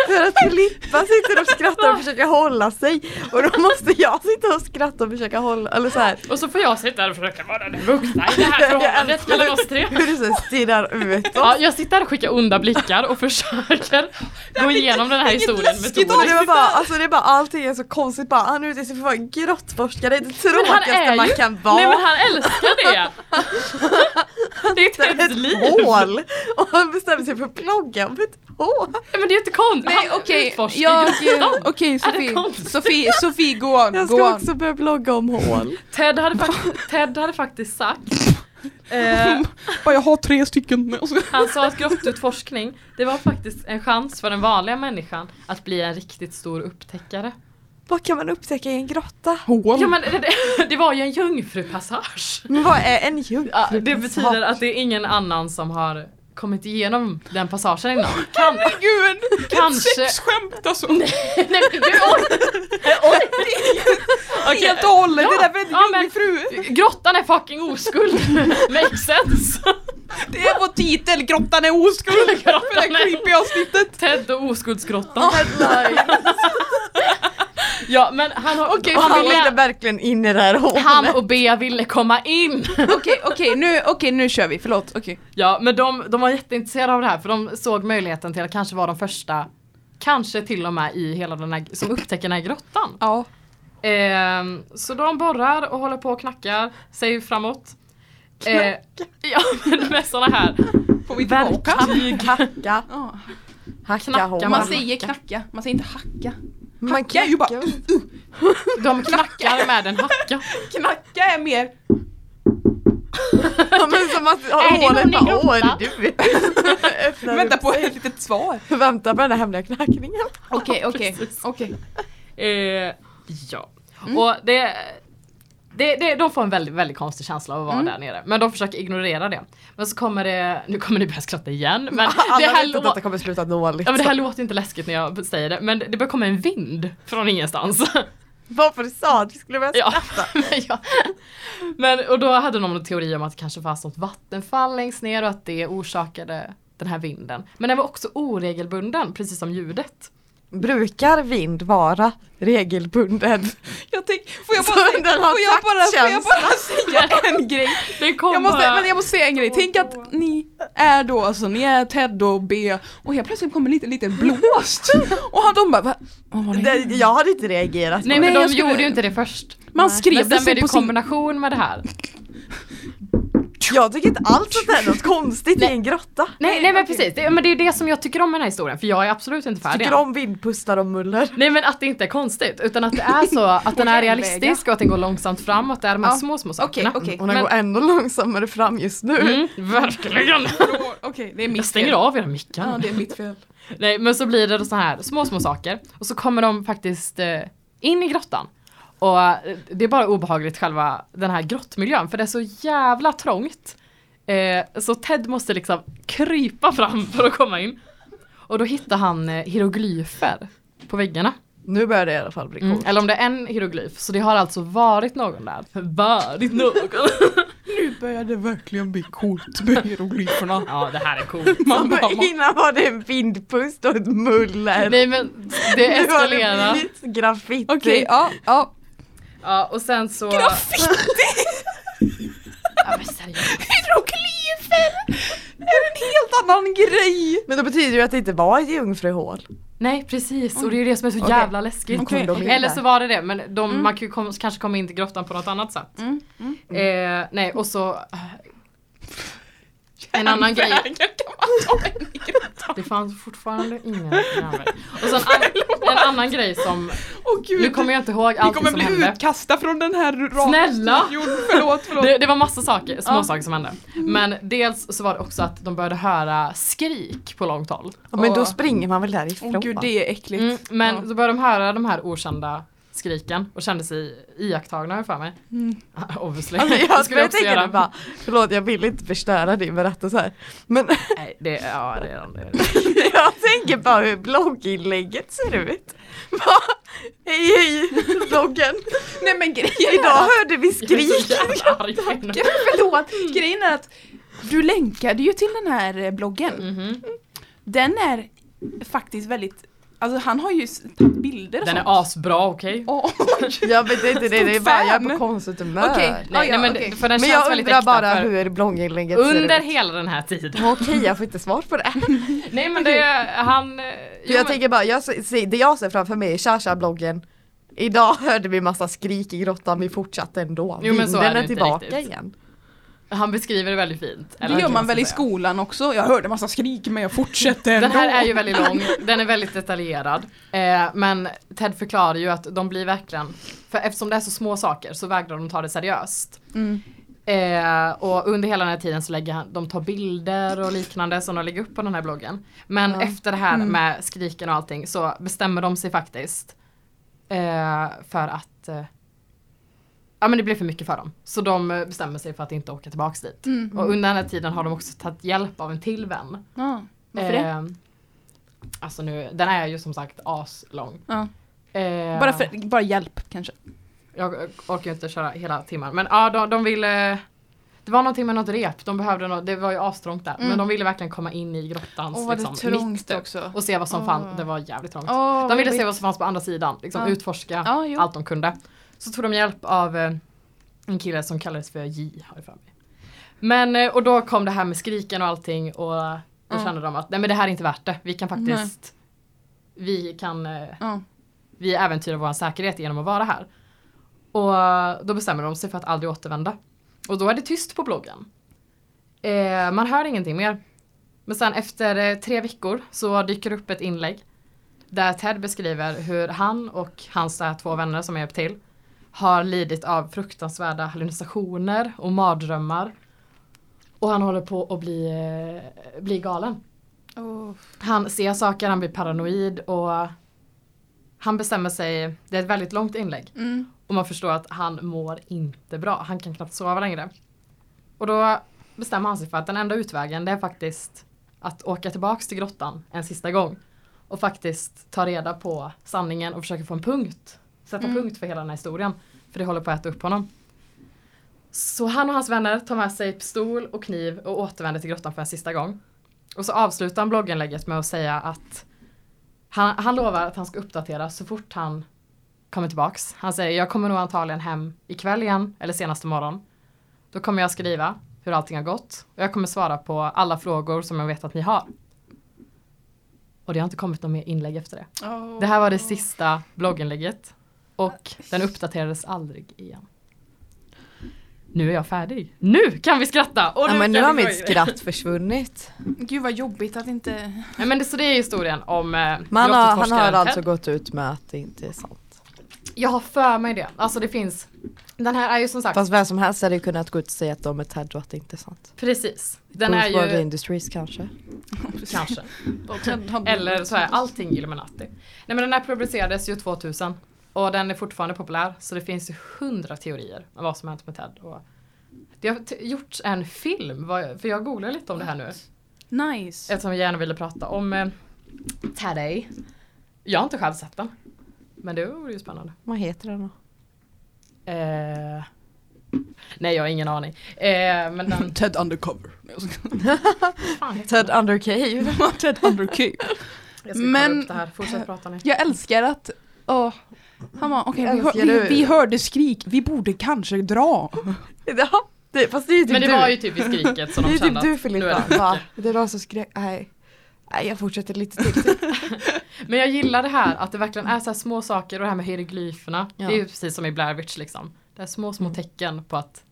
Speaker 4: För att Filippa sitter och skrattar och försöker hålla sig och då måste jag sitta och skratta och försöka hålla, eller så här.
Speaker 2: Och så får jag sitta här och försöka vara den vuxna i det här förhållandet mellan oss tre.
Speaker 4: Hur du så här stirrar ut.
Speaker 2: Ja, jag sitter här och skickar onda blickar och försöker gå igenom den här historien med
Speaker 3: läskigt
Speaker 4: Och
Speaker 2: Tore.
Speaker 4: det var bara, alltså det är bara allting är så konstigt bara, han är ute sig för att vara en grottforskare, det tråkigaste man kan vara.
Speaker 2: Nej men han älskar det! Det är ett helt
Speaker 4: ett
Speaker 2: liv!
Speaker 4: hål! Och han bestämmer sig för att plogga om ett hål.
Speaker 2: Nej men det är ju inte konstigt,
Speaker 3: Nej
Speaker 2: han
Speaker 3: okej,
Speaker 2: utforskar
Speaker 3: jag...
Speaker 2: ju grottan.
Speaker 3: Okej
Speaker 2: Är det
Speaker 3: Sofie,
Speaker 2: konstigt?
Speaker 3: Sofie, Sofie gå on,
Speaker 4: Jag
Speaker 3: gå
Speaker 4: ska
Speaker 3: on.
Speaker 4: också börja blogga om hål.
Speaker 2: Ted hade, fakt- Ted hade faktiskt sagt eh,
Speaker 3: Bara, jag har tre stycken. Och så-
Speaker 2: Han sa att grottutforskning, det var faktiskt en chans för den vanliga människan att bli en riktigt stor upptäckare.
Speaker 4: Vad kan man upptäcka i en grotta?
Speaker 3: Hål.
Speaker 2: Ja men det, det- det var ju en jungfrupassage.
Speaker 4: Men vad är en jungfru?
Speaker 2: Ja, det betyder att det är ingen annan som har kommit igenom den passagen innan. Kan,
Speaker 3: Gud,
Speaker 2: kanske...
Speaker 3: skämt alltså.
Speaker 2: Nej men gud oj! Eh, oj. Okej.
Speaker 3: Helt och hållet, det där med
Speaker 2: Ja, men-
Speaker 3: jungfru.
Speaker 2: Grottan är fucking oskuld! Makes sense!
Speaker 3: Det är vår titel, grottan är oskuld. För det
Speaker 2: Grottan
Speaker 3: här
Speaker 2: är
Speaker 3: creepy avsnittet.
Speaker 2: Ted och oskuldsgrottan. Ja men han har...
Speaker 3: Okej,
Speaker 2: han,
Speaker 4: Han ville
Speaker 2: ville,
Speaker 4: verkligen in i det här hålet.
Speaker 2: han och Bea ville komma in!
Speaker 3: Okej, okej, nu, okej, nu kör vi, förlåt. Okej.
Speaker 2: Ja men de, de var jätteintresserade av det här för de såg möjligheten till att kanske vara de första Kanske till och med i hela den här, som upptäcker den här grottan.
Speaker 3: Ja.
Speaker 2: Ehm, så de borrar och håller på och knackar sig framåt. Eh, ja men med såna här
Speaker 3: Får vi tillbaka?
Speaker 4: Hacka.
Speaker 1: Ja,
Speaker 4: Hacka
Speaker 2: Knacka
Speaker 4: honom.
Speaker 2: man.
Speaker 1: man säger knacka, man säger inte hacka.
Speaker 4: Man
Speaker 3: Hacka är ju bara-
Speaker 4: knackar.
Speaker 2: De knackar med en hacka.
Speaker 1: Knacka är mer
Speaker 4: Ja, men som att ja,
Speaker 2: Är det någon i
Speaker 4: hålet bara,
Speaker 2: grotta?
Speaker 4: åh är det du? Öppnar
Speaker 3: Vänta
Speaker 4: upp
Speaker 3: på
Speaker 4: sig.
Speaker 3: ett litet svar.
Speaker 4: Vänta på den här hemliga knackningen.
Speaker 1: Okej, okej, okej.
Speaker 2: Eh, ja. Och det, det, det, de får en väldigt, väldigt konstig känsla av att
Speaker 4: Mm.
Speaker 2: vara där nere. Men de försöker ignorera det. Men så kommer det, nu kommer ni börja skratta igen. Men det
Speaker 4: Alla
Speaker 2: här,
Speaker 4: vet
Speaker 2: lå-
Speaker 4: att det kommer sluta dåligt.
Speaker 2: ja, men det här låter inte läskigt när jag säger det. Men det börjar komma en vind från ingenstans.
Speaker 4: Varför du sa att vi skulle börja
Speaker 2: Ja.
Speaker 4: skratta?
Speaker 2: Men jag- Men, och då hade de en teori om att det kanske fanns något vattenfall längst ner och att det orsakade den här vinden. Men den var också oregelbunden, precis som ljudet.
Speaker 4: Brukar vind vara regelbunden?
Speaker 3: Jag tänk, får jag
Speaker 4: Så
Speaker 3: bara, säga-
Speaker 4: den har
Speaker 3: får jag bara, får jag bara säga en grej?
Speaker 2: Det kom
Speaker 3: Jag måste,
Speaker 2: bara-
Speaker 3: men jag måste säga en grej, tänk att ni är då, alltså ni är Ted och B och helt plötsligt kommer en liten, liten blåst och han- de bara va? Vad var det?
Speaker 4: Det, jag hade inte reagerat på
Speaker 2: Nej,
Speaker 4: det.
Speaker 3: Nej,
Speaker 2: men de
Speaker 3: jag skulle-
Speaker 2: gjorde ju inte det först.
Speaker 3: Man
Speaker 2: Men
Speaker 3: skrev det
Speaker 2: sen blev det
Speaker 3: sig
Speaker 2: ju
Speaker 3: på sin...
Speaker 2: kombination med det här.
Speaker 4: Jag tycker inte alls att det är något konstigt i en grotta.
Speaker 2: Nej, nej men precis, det, men det är ju det som jag tycker om med den här historien för jag är absolut inte färdig
Speaker 4: Tycker
Speaker 2: än.
Speaker 4: om vindpustar och muller.
Speaker 2: Nej men att det inte är konstigt utan att det är så att den är realistisk och att den går långsamt fram och att det är de här
Speaker 1: Ja.
Speaker 2: små små
Speaker 1: Okej,
Speaker 2: sakerna.
Speaker 1: okej.
Speaker 4: Och den
Speaker 2: Men-
Speaker 4: går ändå långsammare fram just nu.
Speaker 2: Mm, verkligen!
Speaker 3: Okej, det är
Speaker 2: Jag
Speaker 3: mitt
Speaker 2: stänger
Speaker 3: fel.
Speaker 2: av Mm. era mickar.
Speaker 3: Ja, det är mitt fel.
Speaker 2: Nej men så blir det då så här små små saker och så kommer de faktiskt eh, in i grottan. Och eh, det är bara obehagligt själva den här grottmiljön för det är så jävla trångt. Eh, så Ted måste liksom krypa fram för att komma in. Och då hittar han eh, hieroglyfer på väggarna.
Speaker 4: Nu börjar det i alla fall bli coolt.
Speaker 2: Mm, Eller om det är en hieroglyf. Så det har alltså varit någon där. Varit någon.
Speaker 3: Nu börjar det verkligen bli coolt med hieroglyferna.
Speaker 2: ja det här är coolt.
Speaker 3: Man bara,
Speaker 4: För
Speaker 3: man,
Speaker 4: Innan var det en vindpust och ett muller.
Speaker 2: Nej men det
Speaker 4: nu har
Speaker 2: eskalerar.
Speaker 4: det blivit graffiti.
Speaker 3: okej, ja, ja.
Speaker 2: Ja och sen så... Ja, men seriöst.
Speaker 3: Hieroglyfer! Det är en helt annan grej!
Speaker 4: Men då betyder det ju att det inte var ett jungfruhål.
Speaker 2: Nej precis
Speaker 3: Mm.
Speaker 2: och det är ju det som är så
Speaker 4: Okej.
Speaker 2: jävla läskigt.
Speaker 4: Okej,
Speaker 2: Kom de
Speaker 4: okej.
Speaker 2: in Eller så var det det men de,
Speaker 3: Mm.
Speaker 2: man kan ju kom, kanske komma in till grottan på något annat sätt. Eh, nej och så... eh, En annan grej, det fanns fortfarande ingen järnväg. Och sen an, en annan grej som,
Speaker 3: Åh gud,
Speaker 2: nu kommer jag inte ihåg
Speaker 3: vi
Speaker 2: allt som
Speaker 3: kommer bli
Speaker 2: hände.
Speaker 3: utkastade från den här radion.
Speaker 2: Snälla!
Speaker 3: Förlåt, förlåt.
Speaker 2: Det, det var massa saker, små
Speaker 3: Ja.
Speaker 2: saker som hände. Men dels så var det också att de började höra skrik på långt håll.
Speaker 4: Ja, men då
Speaker 3: Åh.
Speaker 4: springer man väl därifrån?
Speaker 3: Åh gud,
Speaker 4: va?
Speaker 3: det är äckligt.
Speaker 2: Mm, men
Speaker 3: Ja.
Speaker 2: så började de höra de här okända skriken och kände sig iakttagna har jag för mig. Obviously.
Speaker 4: Mm. Alltså,
Speaker 2: Det
Speaker 4: jag,
Speaker 2: skulle
Speaker 4: jag
Speaker 2: också
Speaker 4: tänker
Speaker 2: göra.
Speaker 4: det bara, förlåt jag vill inte förstöra din berättelse. Men
Speaker 2: Nej, det, ja, det, är- det, är-
Speaker 4: jag tänker bara hur blogginlägget ser ut. Va? Hej hej bloggen!
Speaker 1: Nej men grejen
Speaker 4: Idag
Speaker 1: är,
Speaker 4: hörde vi
Speaker 2: jag är så
Speaker 4: skrik.
Speaker 2: jävla arg på henne.
Speaker 1: förlåt,
Speaker 2: Mm.
Speaker 1: grejen är att du länkade ju till den här eh, bloggen.
Speaker 2: Mhm.
Speaker 1: Den är faktiskt väldigt, alltså han har ju s- tagit bilder och
Speaker 2: Den är
Speaker 1: sånt.
Speaker 2: asbra, okej?
Speaker 1: Åh,
Speaker 4: Jag vet inte det, det är
Speaker 1: Stort
Speaker 4: bara jag är på
Speaker 1: fan.
Speaker 4: konstigt humör.
Speaker 1: Okej.
Speaker 2: Nej,
Speaker 1: Ah, ja,
Speaker 2: nej, men,
Speaker 1: okej.
Speaker 2: för den
Speaker 4: Men
Speaker 2: känns
Speaker 4: jag
Speaker 2: väldigt
Speaker 4: undrar
Speaker 2: äkta
Speaker 4: bara
Speaker 2: för
Speaker 4: hur blogginlägget
Speaker 2: under
Speaker 4: ser ut.
Speaker 2: hela den här tiden.
Speaker 4: Okej jag får inte svar på det.
Speaker 2: Nej men det, han... eh, jo,
Speaker 4: För jag
Speaker 2: men-
Speaker 4: tänker bara, jag, se- se- det jag ser framför mig är Shasha bloggen Idag hörde vi massa skrik i grottan, vi fortsatte ändå.
Speaker 2: Jo, men så är det
Speaker 4: Vinden
Speaker 2: inte
Speaker 4: tillbaka
Speaker 2: riktigt.
Speaker 4: igen.
Speaker 2: Han beskriver det väldigt fint. eller
Speaker 1: Det
Speaker 2: vad
Speaker 1: gör man
Speaker 2: ska
Speaker 1: väl i
Speaker 2: säga.
Speaker 1: skolan också? Jag hörde massa skrik men jag fortsätter ändå.
Speaker 2: Den här är ju väldigt lång, den är väldigt detaljerad. Eh, men Ted förklarar ju att de blir verkligen, för eftersom det är så små saker så vägrar de ta det seriöst.
Speaker 1: Mm.
Speaker 2: Eh, och under hela den här tiden så lägger han, de tar bilder och liknande som de lägger upp på den här bloggen. Men
Speaker 4: Ja.
Speaker 2: efter det här med skriken och allting så bestämmer de sig faktiskt eh, för att eh, Ja men det blev för mycket för dem. Så de eh, bestämmer sig för att inte åka tillbaks dit. Och under den här tiden har de också tagit hjälp av en till vän.
Speaker 1: Ja, varför det?
Speaker 2: Ehm, Alltså nu, den är ju som sagt aslång.
Speaker 1: Ja.
Speaker 2: Ehm,
Speaker 1: Bara, för, bara hjälp kanske.
Speaker 2: Jag orkar ju inte köra hela timmen. Men ja, de, de ville... Det var någonting med något rep, de behövde något, det var ju astrångt där.
Speaker 1: Mm.
Speaker 2: Men de ville verkligen komma in i grottans liksom, mitt typ.
Speaker 1: också.
Speaker 2: Och se vad som fanns,
Speaker 1: Åh.
Speaker 2: det var jävligt trångt.
Speaker 1: Åh,
Speaker 2: de ville
Speaker 1: jobbigt.
Speaker 2: se vad som fanns på andra sidan, liksom
Speaker 1: Ja.
Speaker 2: utforska
Speaker 1: Ja, jo.
Speaker 2: allt de kunde. Så tog de hjälp av eh, en kille som kallades för J, har jag för mig. Men, eh, och då kom det här med skriken och allting och då
Speaker 1: Ja.
Speaker 2: kände de att nej men det här är inte värt det. Vi kan faktiskt, vi kan, eh,
Speaker 1: Ja.
Speaker 2: vi äventyrar vår säkerhet genom att vara här. Och då bestämmer de sig för att aldrig återvända. Och då är det tyst på bloggen. Eh, man hör ingenting mer. Men sen efter eh, tre veckor så dyker det upp ett inlägg där Ted beskriver hur han och hans där två vänner som jag hjälpt till har lidit av fruktansvärda hallucinationer och mardrömmar. Och han håller på att bli, eh, bli galen. Han ser saker, han blir paranoid och han bestämmer sig, det är ett väldigt långt inlägg.
Speaker 1: Mm.
Speaker 2: Och man förstår att han mår inte bra, han kan knappt sova längre. Och då bestämmer han sig för att den enda utvägen det är faktiskt att åka tillbaks till grottan en sista gång. Och faktiskt ta reda på sanningen och försöka få en punkt. Sätta
Speaker 1: Mm.
Speaker 2: punkt för hela den här historien. För det håller på att äta upp honom. Så han och hans vänner tar med sig pistol och kniv och återvänder till grottan för en sista gång. Och så avslutar han blogginlägget med att säga att han, han lovar att han ska uppdatera så fort han kommer tillbaks. Han säger jag kommer nog antagligen hem ikväll igen eller senast imorgon. Då kommer jag skriva hur allting har gått och jag kommer svara på alla frågor som jag vet att ni har. Och det har inte kommit något mer inlägg efter det. Det här var det sista blogginlägget och den uppdaterades aldrig igen. Nu är jag färdig. Nu kan vi skratta! Och
Speaker 4: Ja, men nu
Speaker 2: kan
Speaker 4: har
Speaker 2: vi
Speaker 4: mitt
Speaker 2: gå-
Speaker 4: skratt försvunnit.
Speaker 1: Gud vad jobbigt att inte...
Speaker 2: Ja, men det, så det är historien om eh,
Speaker 4: Man har, han har
Speaker 2: grottutforskaren
Speaker 4: alltså
Speaker 2: Ted.
Speaker 4: gått ut med att det inte är sant.
Speaker 2: Jag har för mig det. Alltså det finns. Den här är ju som sagt.
Speaker 4: Fast vem som helst hade ju kunnat gå ut och säga att de är Ted och att det inte är sant.
Speaker 2: Precis. Den
Speaker 4: Bruce
Speaker 2: är
Speaker 4: World
Speaker 2: ju
Speaker 4: Industries kanske.
Speaker 2: kanske. Eller så är allting Illuminati. Nej men den här publicerades ju 2000. Och den är fortfarande populär. Så det finns ju hundra teorier om vad som hänt med Ted. Och det har t- gjorts en film. vad- För jag googlar lite om det här nu.
Speaker 1: Nice.
Speaker 2: Eftersom jag gärna ville prata om eh, Teddy. Jag har inte själv sett den. Men det vore ju spännande.
Speaker 4: Vad heter den då?
Speaker 2: Eh, nej jag har ingen aning. Eh, men den...
Speaker 3: Ted Undercover. Jag ska-
Speaker 2: Fan, heter
Speaker 4: Ted
Speaker 2: den?
Speaker 4: Undercave.
Speaker 3: Ted Undercave.
Speaker 2: Jag ska men... kolla
Speaker 3: Men-
Speaker 2: upp det här. Fortsätt prata ni.
Speaker 3: Jag älskar att, åh. Han bara, okej vi, hör,
Speaker 4: Älskar du?
Speaker 3: vi, vi hörde skrik, vi borde kanske dra.
Speaker 4: ja, det, fast det är ju typ
Speaker 2: Men det
Speaker 4: du.
Speaker 2: var ju typ i skriket som
Speaker 4: det är
Speaker 2: de
Speaker 4: ju
Speaker 2: kände att nu
Speaker 4: typ du
Speaker 2: är det
Speaker 4: Filippa.
Speaker 2: mycket.
Speaker 4: Va? Det är de som skrek. Nej. Nej jag fortsätter lite till. typ.
Speaker 2: Men jag gillar det här att det verkligen är så här små saker och det här med hieroglyferna.
Speaker 4: Ja.
Speaker 2: Det är ju precis som i Blair Witch liksom. Det är små små
Speaker 4: Mm.
Speaker 2: tecken på att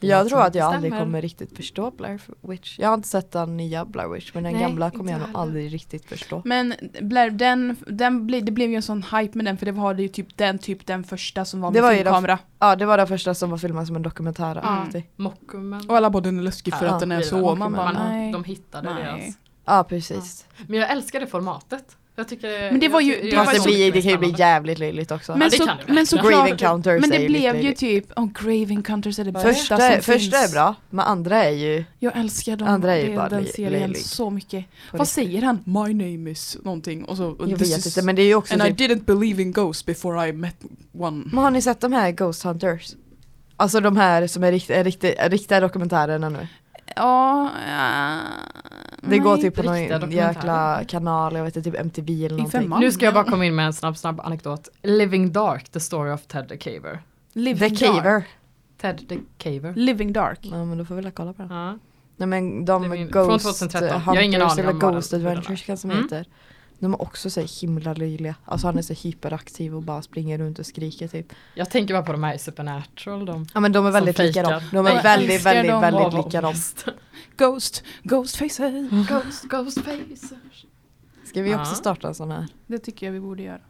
Speaker 4: Jag tror att jag aldrig
Speaker 2: Stämmer.
Speaker 4: kommer riktigt förstå Blair Witch. Jag har inte sett den nya Blair Witch men den
Speaker 2: Nej,
Speaker 4: gamla
Speaker 2: inte
Speaker 4: kommer jag nog
Speaker 2: heller.
Speaker 4: aldrig riktigt förstå.
Speaker 1: Men Blair, den, den ble, det blev ju en sån hype med den för det var det ju typ den, typ den första som var
Speaker 4: Det
Speaker 1: med
Speaker 4: var ju
Speaker 1: filmkamera.
Speaker 4: Ja det var den första som var filmad som en dokumentär. alltid.
Speaker 2: mockumen.
Speaker 3: Och alla bara den är läskig för
Speaker 4: Ja,
Speaker 3: att den är
Speaker 2: blir
Speaker 3: så.
Speaker 2: den.
Speaker 3: Man bara,
Speaker 2: Man,
Speaker 1: nej,
Speaker 2: de hittade
Speaker 1: nej.
Speaker 2: deras.
Speaker 4: Ja precis.
Speaker 2: Men jag älskar det formatet. Jag tycker
Speaker 1: Men det var ju-
Speaker 2: jag-
Speaker 1: det
Speaker 2: jag
Speaker 1: var
Speaker 4: Fast
Speaker 1: ju
Speaker 4: det,
Speaker 1: så
Speaker 4: blir, det kan ju bli
Speaker 2: spännande.
Speaker 4: jävligt löjligt också.
Speaker 1: Men,
Speaker 2: det
Speaker 1: så,
Speaker 2: kan det
Speaker 1: men
Speaker 2: verkligen.
Speaker 1: såklart,
Speaker 4: Grave Encounters
Speaker 1: men
Speaker 4: är
Speaker 1: det
Speaker 4: ju
Speaker 1: blev
Speaker 4: lite-
Speaker 1: ju typ, oh, Grave Encounters är det bästa
Speaker 4: Första,
Speaker 1: som finns.
Speaker 4: första är bra, men andra är ju...
Speaker 1: Jag älskar dem,
Speaker 4: Andra är ju
Speaker 1: det,
Speaker 4: bara
Speaker 1: den
Speaker 4: le-
Speaker 1: serien
Speaker 4: löjlig.
Speaker 1: så mycket.
Speaker 4: På
Speaker 1: Vad
Speaker 4: riktigt.
Speaker 1: säger han?
Speaker 3: My name is någonting och så
Speaker 4: Jag
Speaker 3: "This
Speaker 4: vet
Speaker 3: is-
Speaker 4: inte men det är ju också
Speaker 3: And I
Speaker 4: typ...
Speaker 3: didn't believe in ghosts before I met one.
Speaker 4: Men har ni sett de här Ghost Hunters? Alltså de här som är rikt, är riktigt- är riktiga dokumentärerna nu.
Speaker 1: Ja,
Speaker 4: Det går typ på
Speaker 2: riktiga
Speaker 4: någon
Speaker 2: dokumentärer.
Speaker 4: jäkla kanal, jag vet inte, typ MTV eller
Speaker 1: I
Speaker 4: någonting.
Speaker 1: femman.
Speaker 2: Nu ska jag bara komma in med en snabb snabb anekdot. Living Dark, the story of Ted the Caver.
Speaker 1: Living
Speaker 4: The
Speaker 1: Dark.
Speaker 4: Caver.
Speaker 2: Ted the Caver.
Speaker 1: Living Dark.
Speaker 4: Ja men då får vi väl kolla på den.
Speaker 2: Ja.
Speaker 4: Nej men
Speaker 2: Det
Speaker 4: de
Speaker 2: är min- från
Speaker 4: Ghost
Speaker 2: 2013. Jag har ingen
Speaker 4: Hunters
Speaker 2: aning
Speaker 4: eller
Speaker 2: om vad
Speaker 4: Ghost
Speaker 2: den- hur den
Speaker 4: Adventures
Speaker 2: är.
Speaker 4: kanske de
Speaker 2: Mm.
Speaker 4: heter. De är också så här himla löjliga. Alltså han är så hyperaktiv och bara springer runt och skriker typ.
Speaker 2: Jag tänker bara på de här i Supernatural. De
Speaker 4: Ja men de är
Speaker 2: Som
Speaker 4: väldigt lika
Speaker 2: fejkar.
Speaker 4: dem. De
Speaker 1: Jag
Speaker 4: är väldigt,
Speaker 1: älskar
Speaker 4: väldigt,
Speaker 1: dem.
Speaker 4: väldigt
Speaker 2: Åh, vad
Speaker 4: lika dem.
Speaker 2: ångest.
Speaker 1: Ghost, Ghost faces.
Speaker 2: Ghost, ghost faces.
Speaker 4: Ska vi också
Speaker 2: Ja.
Speaker 4: starta en sån här?
Speaker 1: Det tycker jag vi borde göra.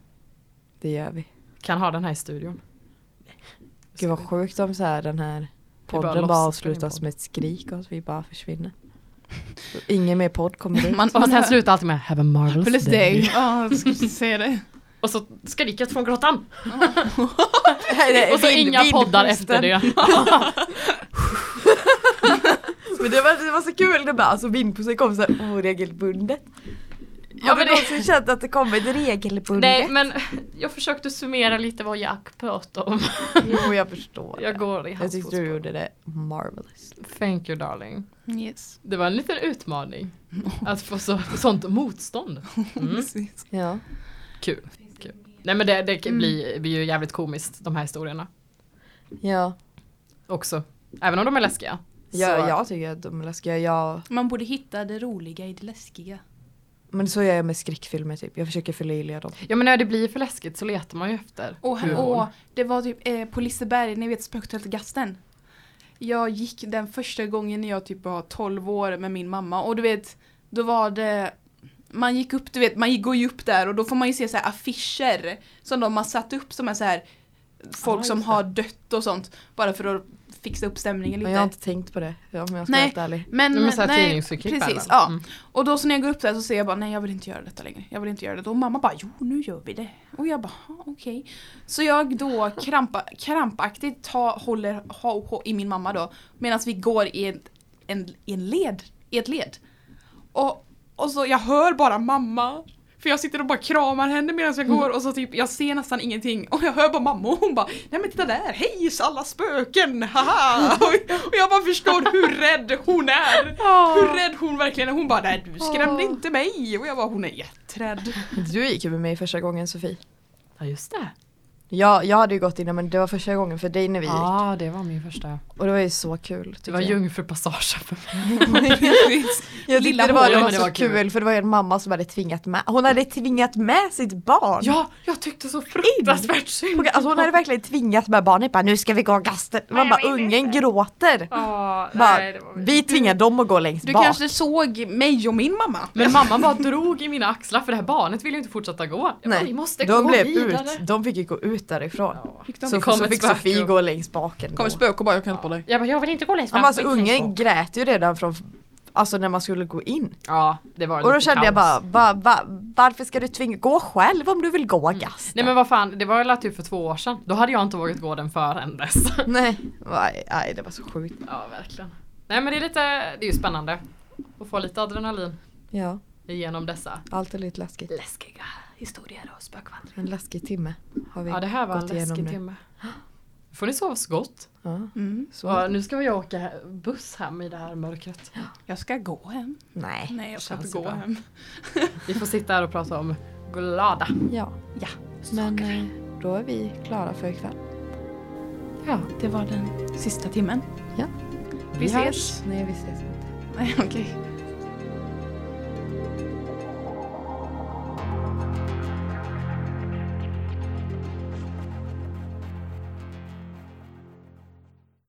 Speaker 4: Det gör vi.
Speaker 2: Kan ha den här i studion.
Speaker 4: Gud vad sjukt om så här den här
Speaker 2: bara
Speaker 4: podden bara,
Speaker 2: låtsas
Speaker 4: avslutas
Speaker 2: spela in
Speaker 4: med ett skrik och att vi bara försvinner. Så Ingen mer podd kommer det.
Speaker 1: Man,
Speaker 2: Och sen slutar alltid med Have a marvelous
Speaker 1: Plus
Speaker 2: day.
Speaker 1: dig. Ja, jag skulle säga det.
Speaker 2: Och så skriket från grottan.
Speaker 4: Nej,
Speaker 2: Och så
Speaker 4: vind-
Speaker 2: inga poddar
Speaker 4: vindpusten.
Speaker 2: efter det.
Speaker 4: Men det var, det var så kul, det bara, alltså vindpussen kom så här oregelbundet.
Speaker 2: Ja,
Speaker 4: Har
Speaker 2: men
Speaker 4: du
Speaker 2: det-
Speaker 4: någonsin känt att det kommit regelbundet?
Speaker 2: Nej men jag försökte summera lite vad Jack pratade om.
Speaker 4: Jo jag förstår.
Speaker 2: Jag går i
Speaker 4: jag
Speaker 2: hans
Speaker 4: tyckte du
Speaker 2: fotspår.
Speaker 4: gjorde det marvelous.
Speaker 2: Thank you darling.
Speaker 1: Yes.
Speaker 2: Det var en liten utmaning. Att få så, sånt motstånd. Mm.
Speaker 3: Precis.
Speaker 4: Ja.
Speaker 2: Kul. Kul. Nej men det, det kan
Speaker 4: Mm.
Speaker 2: bli, blir ju jävligt komiskt de här historierna
Speaker 4: Ja.
Speaker 2: också. Även om de är läskiga.
Speaker 4: Ja,
Speaker 2: Så-
Speaker 4: jag tycker att de är läskiga. Jag,
Speaker 1: Man borde hitta det roliga i det läskiga.
Speaker 4: men så gör jag med skräckfilmer typ. Jag försöker förlöjliga dem.
Speaker 2: ja men när det blir för läskigt så letar man ju efter
Speaker 1: Och,
Speaker 2: humorn.
Speaker 1: och det var typ eh, på Liseberg, ni vet Spöktältgasten. Jag gick den första gången när jag typ var 12 år med min mamma och du vet Då var det man gick upp, du vet, man går ju upp där och då får man ju se så här affischer som de har satt upp som är så här folk
Speaker 2: Ah,
Speaker 1: som
Speaker 2: just
Speaker 1: har dött och sånt bara för att fixa upp stämningen
Speaker 4: Men
Speaker 1: lite.
Speaker 4: jag har inte tänkt på det ja, om jag ska
Speaker 1: Nej.
Speaker 4: vara helt ärlig.
Speaker 1: Men,
Speaker 2: Nej, men så här
Speaker 1: nej,
Speaker 2: tidningsurklipp
Speaker 1: precis,
Speaker 2: även.
Speaker 1: ja.
Speaker 2: Mm.
Speaker 1: Och då så när jag går upp där så ser jag bara nej jag vill inte göra detta längre. Jag vill inte göra det. Och mamma bara jo nu gör vi det. Och jag bara "Ja, okej. Så jag då krampa, krampaktigt ta, håller ha, ha, i min mamma då. Medan vi går i, en, en, i en led. I ett led. Och, och så jag hör bara mamma. För jag sitter och bara kramar henne medan jag går och så typ jag ser nästan ingenting och jag hör bara mamma och hon bara Nej men titta där, hej så alla spöken, haha! Och, och jag bara förstår hur rädd hon är! Hur rädd hon verkligen är, hon bara nej du skrämde
Speaker 4: Åh.
Speaker 1: inte mig och jag bara hon är jätterädd.
Speaker 4: Du gick ju med mig första gången Sofie.
Speaker 2: Ja just det.
Speaker 4: Jag, jag hade ju gått innan men det var första gången för dig när vi gick.
Speaker 2: Ja det var min första.
Speaker 4: Och det var ju så kul.
Speaker 2: Det
Speaker 4: tycker
Speaker 2: var
Speaker 4: jag.
Speaker 2: jungfrupassagen för mig.
Speaker 4: Jag
Speaker 1: Lilla
Speaker 4: tyckte det var,
Speaker 2: hålet,
Speaker 4: det var
Speaker 2: men det
Speaker 4: så
Speaker 2: var kul.
Speaker 4: kul. för det var ju en mamma som hade tvingat med, hon hade tvingat med sitt barn.
Speaker 2: Ja, jag tyckte så fruktansvärt synd.
Speaker 4: Hon- Alltså hon hade verkligen tvingat med barnet, bara nu ska vi gå gasten. Man bara ungen gråter.
Speaker 2: Ja,
Speaker 4: Bara,
Speaker 2: nej, det var
Speaker 4: vi tvingar dem att gå längst
Speaker 1: Du
Speaker 4: bak.
Speaker 1: kanske såg mig och min mamma?
Speaker 2: Men mamma bara drog i mina axlar för det här barnet ville ju inte fortsätta gå. Jag bara,
Speaker 4: Nej,
Speaker 2: vi måste
Speaker 4: de
Speaker 2: gå
Speaker 4: blev
Speaker 2: vidare.
Speaker 4: ut, de fick ju gå ut därifrån.
Speaker 2: Ja.
Speaker 4: Så,
Speaker 2: Det kom
Speaker 4: så
Speaker 2: ett
Speaker 4: fick
Speaker 2: spöke
Speaker 4: Sofie
Speaker 2: och-
Speaker 4: gå längst bak ändå.
Speaker 3: Kommer spök och bara jag kan inte på dig.
Speaker 2: Jag bara, jag vill inte gå längst
Speaker 4: Ja, men alltså
Speaker 2: Jag vill inte
Speaker 4: ungen
Speaker 2: gå.
Speaker 4: grät ju redan från Alltså när man skulle gå in.
Speaker 2: Ja, det var
Speaker 4: Och då
Speaker 2: lite
Speaker 4: kände jag
Speaker 2: kaos.
Speaker 4: bara, va, va, varför ska du tvinga, gå själv om du vill gå gasten.
Speaker 2: Mm. Nej men vad fan, det var väl typ för två år sedan. Då hade jag inte vågat gå den förrän dess.
Speaker 4: Nej, nej, nej det var så sjukt.
Speaker 2: Ja, verkligen. Nej men det är lite, det är ju spännande. Att få lite adrenalin
Speaker 4: Ja,
Speaker 2: genom dessa
Speaker 4: allt är lite läskigt.
Speaker 2: läskiga historier och spökvandring.
Speaker 4: En läskig timme har vi
Speaker 2: Ja det här var en
Speaker 4: gått igenom
Speaker 2: läskig
Speaker 4: nu.
Speaker 2: timme. Får ni sova så gott?
Speaker 4: Ja,
Speaker 1: Mm,
Speaker 4: så.
Speaker 2: Ja, nu ska jag åka he- buss hem i det här mörkret.
Speaker 1: jag ska gå hem.
Speaker 4: Nej.
Speaker 1: Nej jag ska
Speaker 2: Känns
Speaker 1: inte gå
Speaker 2: bra.
Speaker 1: hem.
Speaker 2: Vi får sitta här och prata om glada.
Speaker 4: Ja.
Speaker 1: Ja,
Speaker 4: Men eh, då är vi klara för ikväll.
Speaker 2: Ja,
Speaker 1: Det var den sista timmen.
Speaker 4: Ja.
Speaker 1: Vi ses.
Speaker 4: Nej, vi ses inte.
Speaker 1: Nej okej.